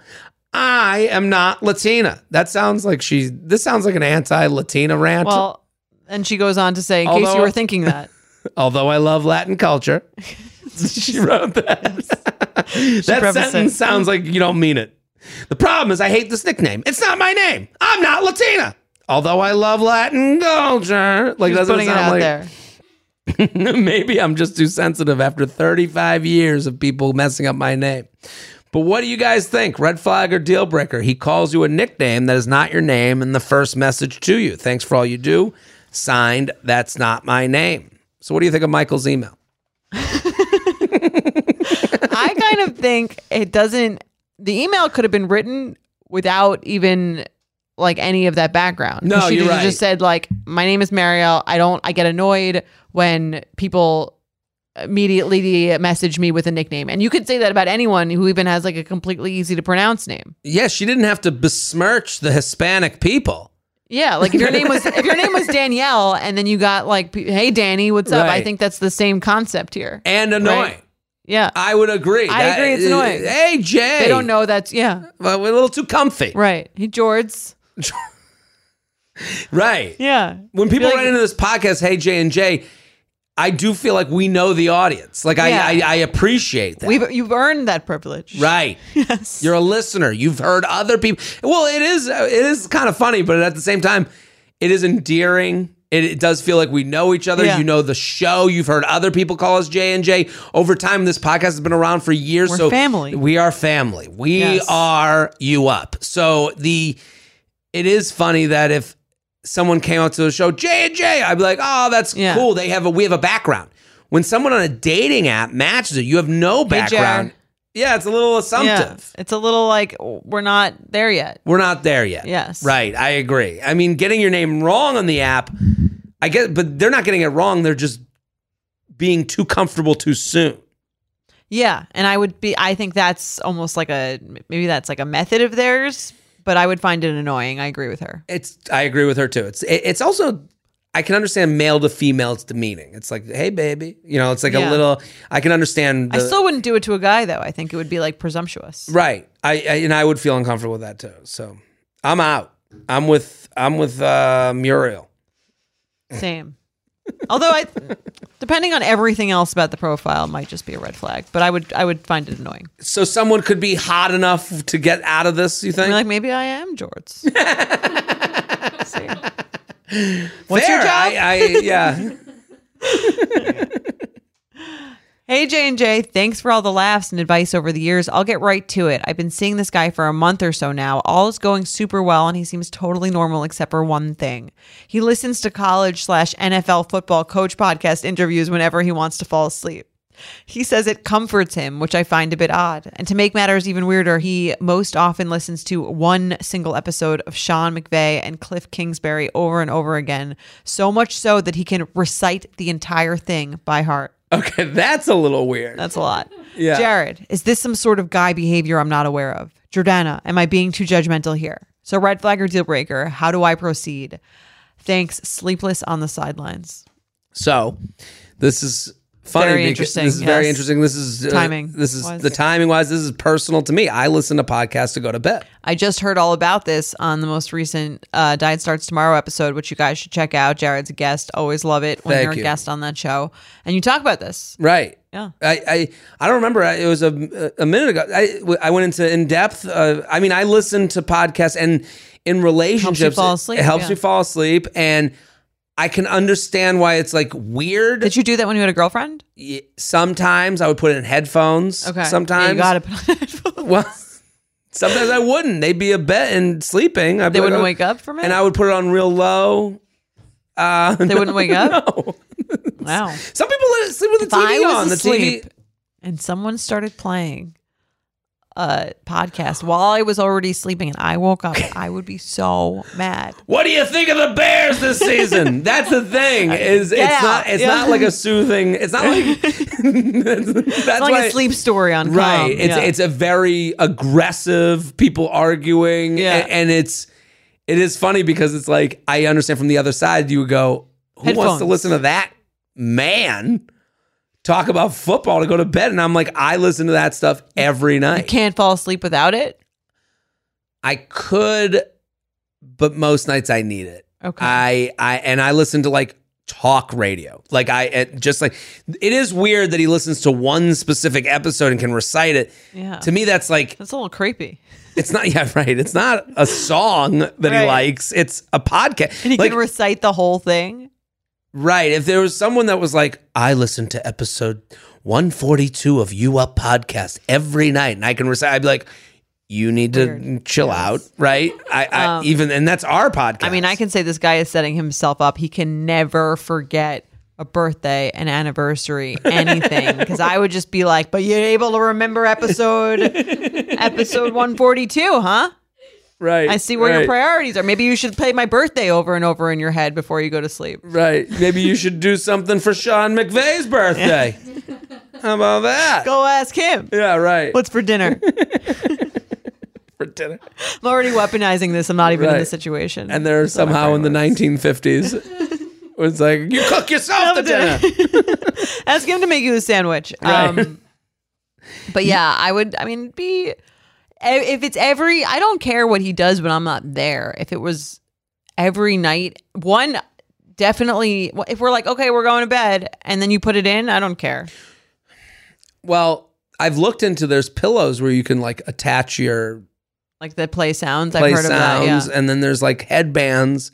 B: I am not Latina. That sounds like she. This sounds like an anti-Latina rant.
A: Well, and she goes on to say, in case
B: Although-
A: you were thinking that,
B: Although I love Latin culture, she wrote that. that
A: prefaced
B: sentence
A: it.
B: sounds like you don't mean it. The problem is, I hate this nickname. It's not my name. I'm not Latina. Although I love Latin culture, like
A: she's
B: doesn't
A: putting it
B: sound
A: out
B: like-
A: there.
B: Maybe I'm just too sensitive after 35 years of people messing up my name. But what do you guys think? Red flag or deal breaker? He calls you a nickname that is not your name in the first message to you. Thanks for all you do. Signed, that's not my name. So, what do you think of Michael's email?
A: I kind of think it doesn't. The email could have been written without even like any of that background.
B: No,
A: she
B: you're
A: could've
B: right.
A: Just said like, "My name is Marielle. I don't. I get annoyed when people." immediately message me with a nickname and you could say that about anyone who even has like a completely easy to pronounce name
B: Yeah, she didn't have to besmirch the Hispanic people.
A: yeah like if your name was if your name was danielle and then you got like p- hey danny what's up i
B: Right.
A: think that's the same concept here
B: And annoying.
A: Right. yeah
B: I would agree.
A: I agree, it's annoying.
B: Hey, Jay.
A: they don't know that's yeah
B: Well, we're a little too comfy. Right.
A: right hey george yeah
B: When people
A: Like-
B: write into this podcast, hey J and J, I do feel like we know the audience. Like
A: Yeah.
B: I, I, I appreciate that.
A: We've, you've earned that privilege.
B: right.
A: Yes.
B: You're a listener. You've heard other people. Well, it is uh, it is kind of funny, but at the same time, it is endearing. It, it does feel like we know each other.
A: Yeah.
B: You know the show. You've heard other people call us J and J. Over time, this podcast has been around for years.
A: We're
B: so
A: family.
B: We are family. We
A: Yes.
B: are you up. So the it is funny that if someone came out to the show J and J, I'd be like, oh, that's
A: Yeah.
B: cool. They have a we have a background. When someone on a dating app matches it, you have no
A: J R.
B: background. yeah, it's a little
A: yeah.
B: assumptive.
A: It's a little like we're not there yet.
B: We're not there yet.
A: Yes.
B: Right. I agree. I mean, getting your name wrong on the app, I guess, but they're not getting it wrong. They're just being too comfortable too soon.
A: Yeah, and I would be. I think that's almost like a maybe that's like a method of theirs, but I would find it annoying. I agree with her.
B: It's. I agree with her too. It's. It, it's also. I can understand male to female. It's demeaning. It's like, hey, baby. You know, it's like
A: Yeah.
B: a little. I can understand. The,
A: I still wouldn't do it to a guy though. I think it would be like presumptuous.
B: Right. I, I and I would feel uncomfortable with that too. So I'm out. I'm with. I'm with uh, Muriel.
A: Same. Although I, depending on everything else about the profile, it might just be a red flag. But I would I would find it annoying.
B: So someone could be hot enough to get out of this. You
A: I
B: think?
A: mean, like maybe I am Jorts.
B: What's
A: your job?
B: I, I, yeah.
A: Hey J and J, thanks for all the laughs and advice over the years. I'll get right to it. I've been seeing this guy for a month or so now. All is going super well, and he seems totally normal except for one thing. He listens to college slash NFL football coach podcast interviews whenever he wants to fall asleep. He says it comforts him, which I find a bit odd. And to make matters even weirder, he most often listens to one single episode of Sean McVay and Cliff Kingsbury over and over again, so much so that he can recite the entire thing by heart.
B: Okay, that's a little weird.
A: That's a lot.
B: Yeah.
A: Jared, is this some sort of guy behavior I'm not aware of? Jordana, am I being too judgmental here? So, red flag or deal breaker? How do I proceed? Thanks, sleepless on the sidelines.
B: so, this is funny.
A: Very
B: because-
A: interesting,
B: This is very
A: yes.
B: interesting. This is uh,
A: Timing
B: This is
A: wise.
B: the timing wise. This is personal to me. I listen to podcasts to go to bed.
A: I just heard all about this on the most recent uh, Diet Starts Tomorrow episode, which you guys should check out. Jared's a guest. Always love it when
B: Thank
A: you're a
B: you.
A: guest on that show. And you talk about this.
B: Right.
A: Yeah.
B: I, I, I don't remember. I- It was a, a minute ago. I, I went into in depth. Uh, I mean, I listen to podcasts and in relationships,
A: fall asleep,
B: It helps
A: yeah.
B: you fall asleep, and I can understand why it's like weird.
A: Did you do that when you had a girlfriend?
B: Y- sometimes I would put it in headphones.
A: Okay. Yeah,
B: Sometimes
A: you got to put on headphones.
B: Well, sometimes I wouldn't. They'd be a bed and sleeping. I'd
A: They
B: be like,
A: wouldn't
B: "Oh,"
A: wake up from it.
B: And I would put it on real low. Uh,
A: they wouldn't wake up.
B: no.
A: Wow.
B: Some people let it sleep with the
A: if
B: TV
A: I was
B: on. The
A: asleep
B: TV.
A: and someone started playing a podcast while I was already sleeping and I woke up, I would be so mad.
B: What do you think of the Bears this season? That's the thing. Is
A: Yeah.
B: it's not it's
A: Yeah.
B: not like a soothing. It's not like that's
A: It's like
B: why-
A: a sleep story on Calm.
B: Right. It's
A: Yeah.
B: it's a very aggressive people arguing.
A: Yeah.
B: a- And, it's it is funny because it's like I understand from the other side you would go, Who wants to
A: Headphones.
B: listen to that man talk about football to go to bed? And I'm like, I listen to that stuff every night.
A: can't fall asleep without it.
B: I could, but most nights I need it.
A: Okay.
B: I I and I listen to like talk radio. Like I it just like it is weird that he listens to one specific episode and can recite it.
A: Yeah.
B: To me that's like
A: That's a little creepy.
B: it's not yeah, right. It's not a song that
A: Right.
B: he likes. It's a podcast.
A: And you
B: like,
A: can recite the whole thing.
B: right. If there was someone that was like, I listen to episode 142 of You Up podcast every night and I can recite, I'd be like, you need to
A: Weird.
B: chill
A: Yes.
B: out, right? I, I
A: Um,
B: even and that's our podcast.
A: I mean, I can say this guy is setting himself up. He can never forget a birthday, an anniversary, anything. Because I would just be like, "But you're able to remember episode episode 142, huh?
B: right.
A: I see where your
B: right.
A: priorities are. Maybe you should play my birthday over and over in your head before you go to sleep."
B: Right. Maybe you should do something for Sean McVay's birthday. How about that?
A: Go ask him.
B: Yeah, right.
A: What's for dinner?
B: for dinner?
A: I'm already weaponizing this. I'm not even in
B: Right.
A: the situation.
B: And they're somehow in the 1950s. It's like you cook yourself the dinner.
A: Ask him to make you a sandwich. Um, but yeah, I would. I mean, be e, if it's every. I don't care what he does when I'm not there. If it was every night, one definitely if we're like okay we're going to bed and then you put it in i don't care
B: Well, I've looked into there's pillows where you can like attach your
A: like the play sounds
B: play
A: i've heard of
B: sounds,
A: that yeah
B: and then there's like headbands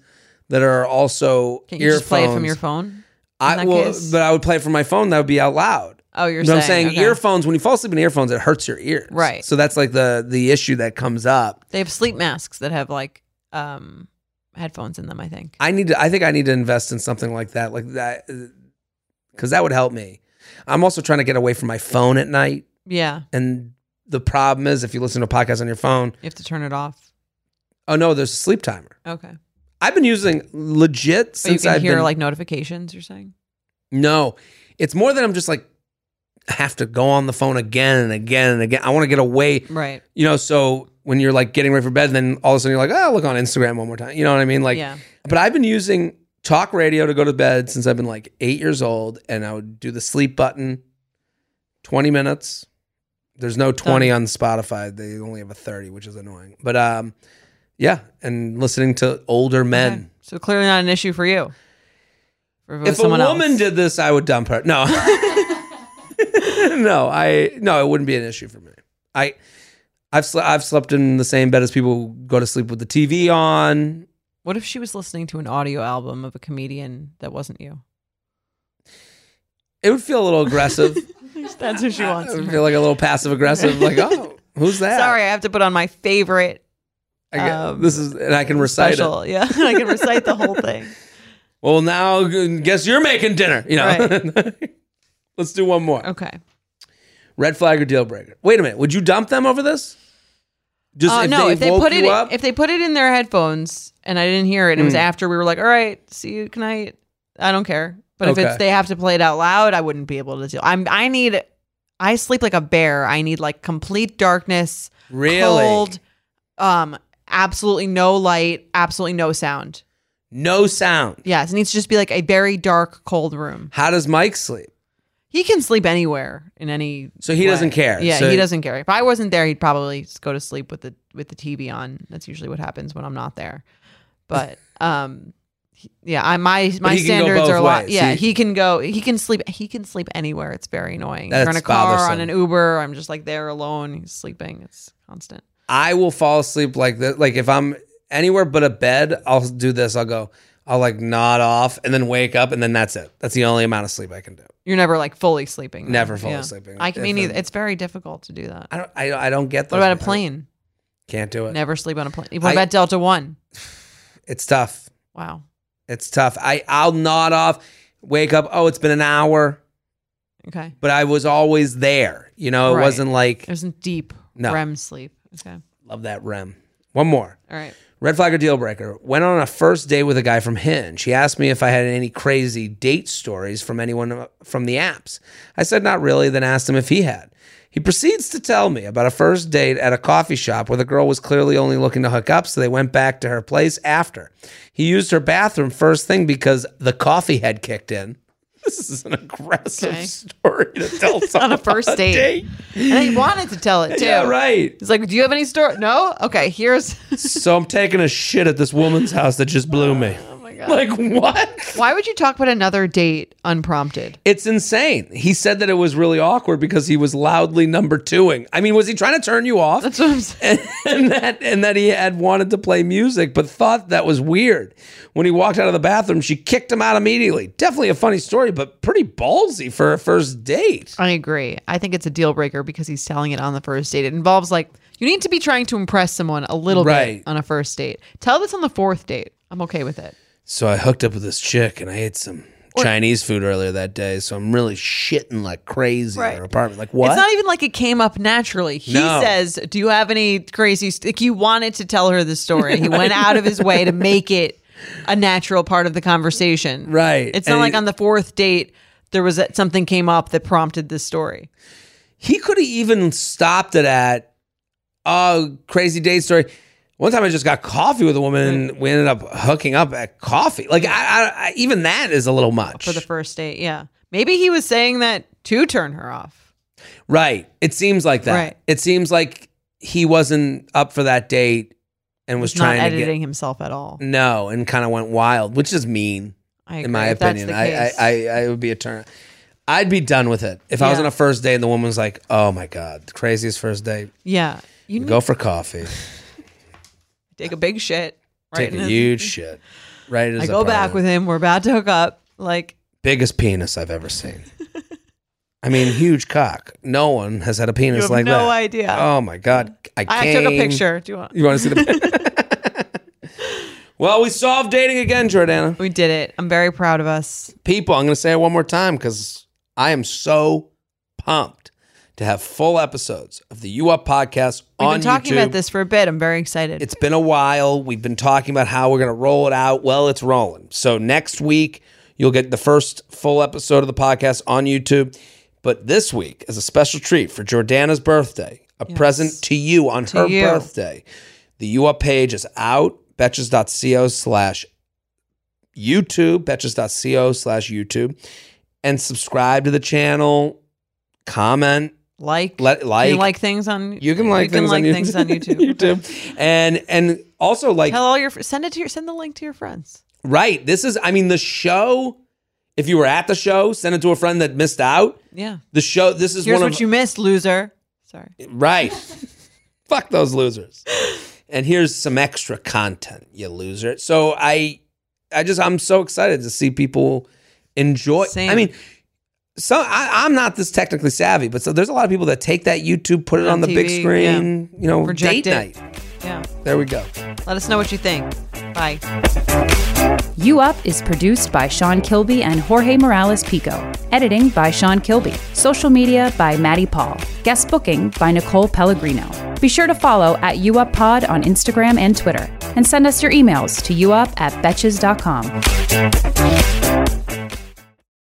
B: that are also
A: can you
B: earphones.
A: just play it from your phone
B: I
A: that
B: well,
A: case?
B: but I would play it from my phone. That would be out loud.
A: oh you're
B: But I'm
A: saying,
B: saying
A: okay.
B: earphones. When you fall asleep in earphones, it hurts your ears.
A: Right.
B: So that's like the the issue that comes up.
A: they have sleep masks that have like um headphones in them i think
B: I need to. I think I need to invest in something like that, like that, because that would help me. I'm also trying to get away from my phone at night,
A: yeah
B: and the problem is if you listen to a podcast on your phone,
A: you have to turn it off
B: oh no, there's a sleep timer.
A: okay
B: I've been using legit
A: but Oh, you
B: since
A: can
B: I've
A: hear
B: been
A: like notifications you're saying
B: No, it's more than I'm just like have to go on the phone again and again and again. I want to get away,
A: right
B: you know. So when you're like getting ready for bed, then all of a sudden you're like, oh, look on Instagram one more time. You know what I mean? Like,
A: yeah
B: but I've been using talk radio to go to bed since I've been like eight years old, and I would do the sleep button, twenty minutes. There's no twenty on Spotify; they only have a thirty, which is annoying. But um, yeah, and listening to older men.
A: Okay. so clearly not an issue for you Or it was
B: if a
A: someone
B: woman
A: else.
B: did this, I would dump her. No, no, I no, it wouldn't be an issue for me. I I've sle- I've slept in the same bed as people who go to sleep with the TV on.
A: What if she was listening to an audio album of a comedian that wasn't you?
B: It would feel a little aggressive.
A: That's who she
B: it
A: wants.
B: would feel like a little passive aggressive. Like, oh, who's that?
A: Sorry, I have to put on my favorite
B: I get-
A: um,
B: this is and I can recite it.
A: special. Yeah, I can recite the whole thing.
B: Well, now g- guess you're making dinner. You know. Let's do one more.
A: Okay.
B: Red flag or deal breaker. Wait a minute. Would you dump them over this? Just
A: Uh, no, if they
B: woke
A: put
B: you
A: it
B: up? Hmm.
A: if they put it in their headphones and I didn't hear it, it was after we were like, "All right, see you can I? I don't care. But if
B: Okay.
A: it's they have to play it out loud, I wouldn't be able to do. I'm I need I sleep like a bear. I need like complete darkness,
B: really
A: cold, um, absolutely no light, absolutely no sound.
B: no sound.
A: Yes, it needs to just be like a very dark, cold room.
B: How does Mike sleep?
A: He can sleep anywhere in any.
B: So he
A: way.
B: doesn't care.
A: Yeah,
B: So-
A: he doesn't care. If I wasn't there, he'd probably just go to sleep with the with the TV on. That's usually what happens when I'm not there. But um, he- yeah, I my my
B: he can go
A: standards
B: both
A: are a lot.
B: ways.
A: Yeah,
B: He-
A: he, can go. He can sleep. He can sleep anywhere. It's very annoying. You're in
B: That's
A: a car
B: bothersome.
A: on an Uber. I'm just like there alone. He's sleeping. It's constant.
B: I will fall asleep like that. Like if I'm anywhere but a bed, I'll do this. I'll go. I'll like nod off and then wake up and then that's it. That's the only amount of sleep I can do.
A: You're never like fully sleeping. though.
B: Never fully sleeping.
A: I can
B: If
A: mean
B: I'm-
A: either. It's very difficult to do that.
B: I don't. I, I don't get.
A: What
B: those.
A: about a
B: I
A: plane?
B: Can't do it.
A: Never sleep on a plane. What
B: I-
A: about Delta One?
B: It's tough.
A: Wow.
B: It's tough. I I'll nod off, wake up. Oh, it's been an hour,
A: Okay.
B: but I was always there. You know, it
A: Right.
B: wasn't like
A: It was in deep
B: No.
A: REM sleep. Okay.
B: love that REM. One more.
A: All right.
B: Red flag or deal breaker. Went on a first date with a guy from Hinge. He asked me if I had any crazy date stories from anyone uh, from the apps. I said not really, then asked him if he had. He proceeds to tell me about a first date at a coffee shop where the girl was clearly only looking to hook up, so they went back to her place after. He used her bathroom first thing because the coffee had kicked in. This is an aggressive
A: Okay.
B: story to tell someone
A: a first date. And he wanted to tell it too.
B: Yeah, right.
A: He's like, "Do you have any story? No. Okay. Here's.
B: So I'm taking a shit at this woman's house that just blew me.
A: oh my god.
B: Like what?
A: Why would you talk about another date unprompted?
B: It's insane. He said that it was really awkward because he was loudly number twoing. I mean, was he trying to turn you off?
A: That's what I'm saying.
B: and, and that and that he had wanted to play music, but thought that was weird. When he walked out of the bathroom, she kicked him out immediately. Definitely a funny story, but pretty ballsy for a first date.
A: I agree. I think it's a deal breaker because he's telling it on the first date. It involves like you need to be trying to impress someone a little
B: Right.
A: bit on a first date. Tell this on the fourth date. I'm okay with it.
B: So I hooked up with this chick and I ate some Chinese food earlier that day. So I'm really shitting like crazy in her apartment. Like what?
A: It's not e- even like it came up naturally. He
B: No.
A: says, "Do you have any crazy?" St-? Like he wanted to tell her the story. He went out of his way to make it a natural part of the conversation.
B: Right.
A: It's not
B: And
A: like
B: he-
A: on the fourth date there was that something came up that prompted this story.
B: he could have even stopped it at oh crazy date story one time i just got coffee with a woman and we ended up hooking up at coffee like I, I, I even that is a little much
A: For the first date, yeah. Maybe he was saying that to turn her off.
B: right it seems like that
A: Right.
B: it seems like he wasn't up for that date and was
A: He's not
B: trying to
A: editing
B: get
A: himself at all.
B: no and kind of went wild which is mean
A: I agree.
B: in my
A: If that's
B: opinion.
A: the
B: I, I,
A: case.
B: I, I would be a turn. I'd be done with it if I was
A: Yeah.
B: on a first date and the woman's like, "Oh my god, the craziest first date.
A: yeah, you need
B: Go for coffee,
A: to take a big shit. Right
B: take
A: in
B: a
A: his-
B: huge shit." Right?
A: I go back with him. We're about to hook up. Like
B: biggest penis I've ever seen. I mean, huge cock. No one has had a penis
A: you have
B: like
A: no
B: that.
A: idea.
B: Oh my god, I,
A: I took a
B: came-
A: picture. Do you want?
B: You want to see the? well, we solved dating again, Jordana.
A: We did it. I'm very proud of us.
B: people, I'm going to say it one more time because I am so pumped to have full episodes of the U Up podcast
A: We've
B: on
A: been talking
B: YouTube.
A: about this for a bit. I'm very excited.
B: It's been a while. We've been talking about how we're going to roll it out. Well, it's rolling. So next week, you'll get the first full episode of the podcast on YouTube. But this week, as a special treat for Jordana's birthday, a present to you on her
A: you.
B: birthday, the U Up page is out. Betches.co slash YouTube, betches.co slash YouTube, and subscribe to the channel, comment,
A: like,
B: let like.
A: you like things on
B: you can like, things, on
A: things on YouTube.
B: YouTube. And and also like
A: Tell all your fr- send it to your send the link to your friends.
B: right, this is I mean the show if you were at the show, send it to a friend that missed out.
A: Yeah.
B: The show this is
A: Here's
B: one
A: what
B: of
A: you missed, loser. Sorry.
B: right. Fuck those losers. And here's some extra content, you loser. So I I just I'm so excited to see people enjoy
A: Same.
B: I mean so I, I'm not this technically savvy, but so there's a lot of people that take that YouTube, put it on,
A: On
B: the big
A: TV,
B: screen, you know,
A: Project
B: date
A: it.
B: night.
A: Yeah.
B: There we go.
A: Let us know what you think. Bye.
D: You Up is produced by Sean Kilby and Jorge Morales Pico. Editing by Sean Kilby. Social media by Maddie Paul. Guest booking by Nicole Pellegrino. Be sure to follow at You Up Pod on Instagram and Twitter. And send us your emails to youup at betches.com.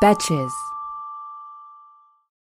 D: Betches.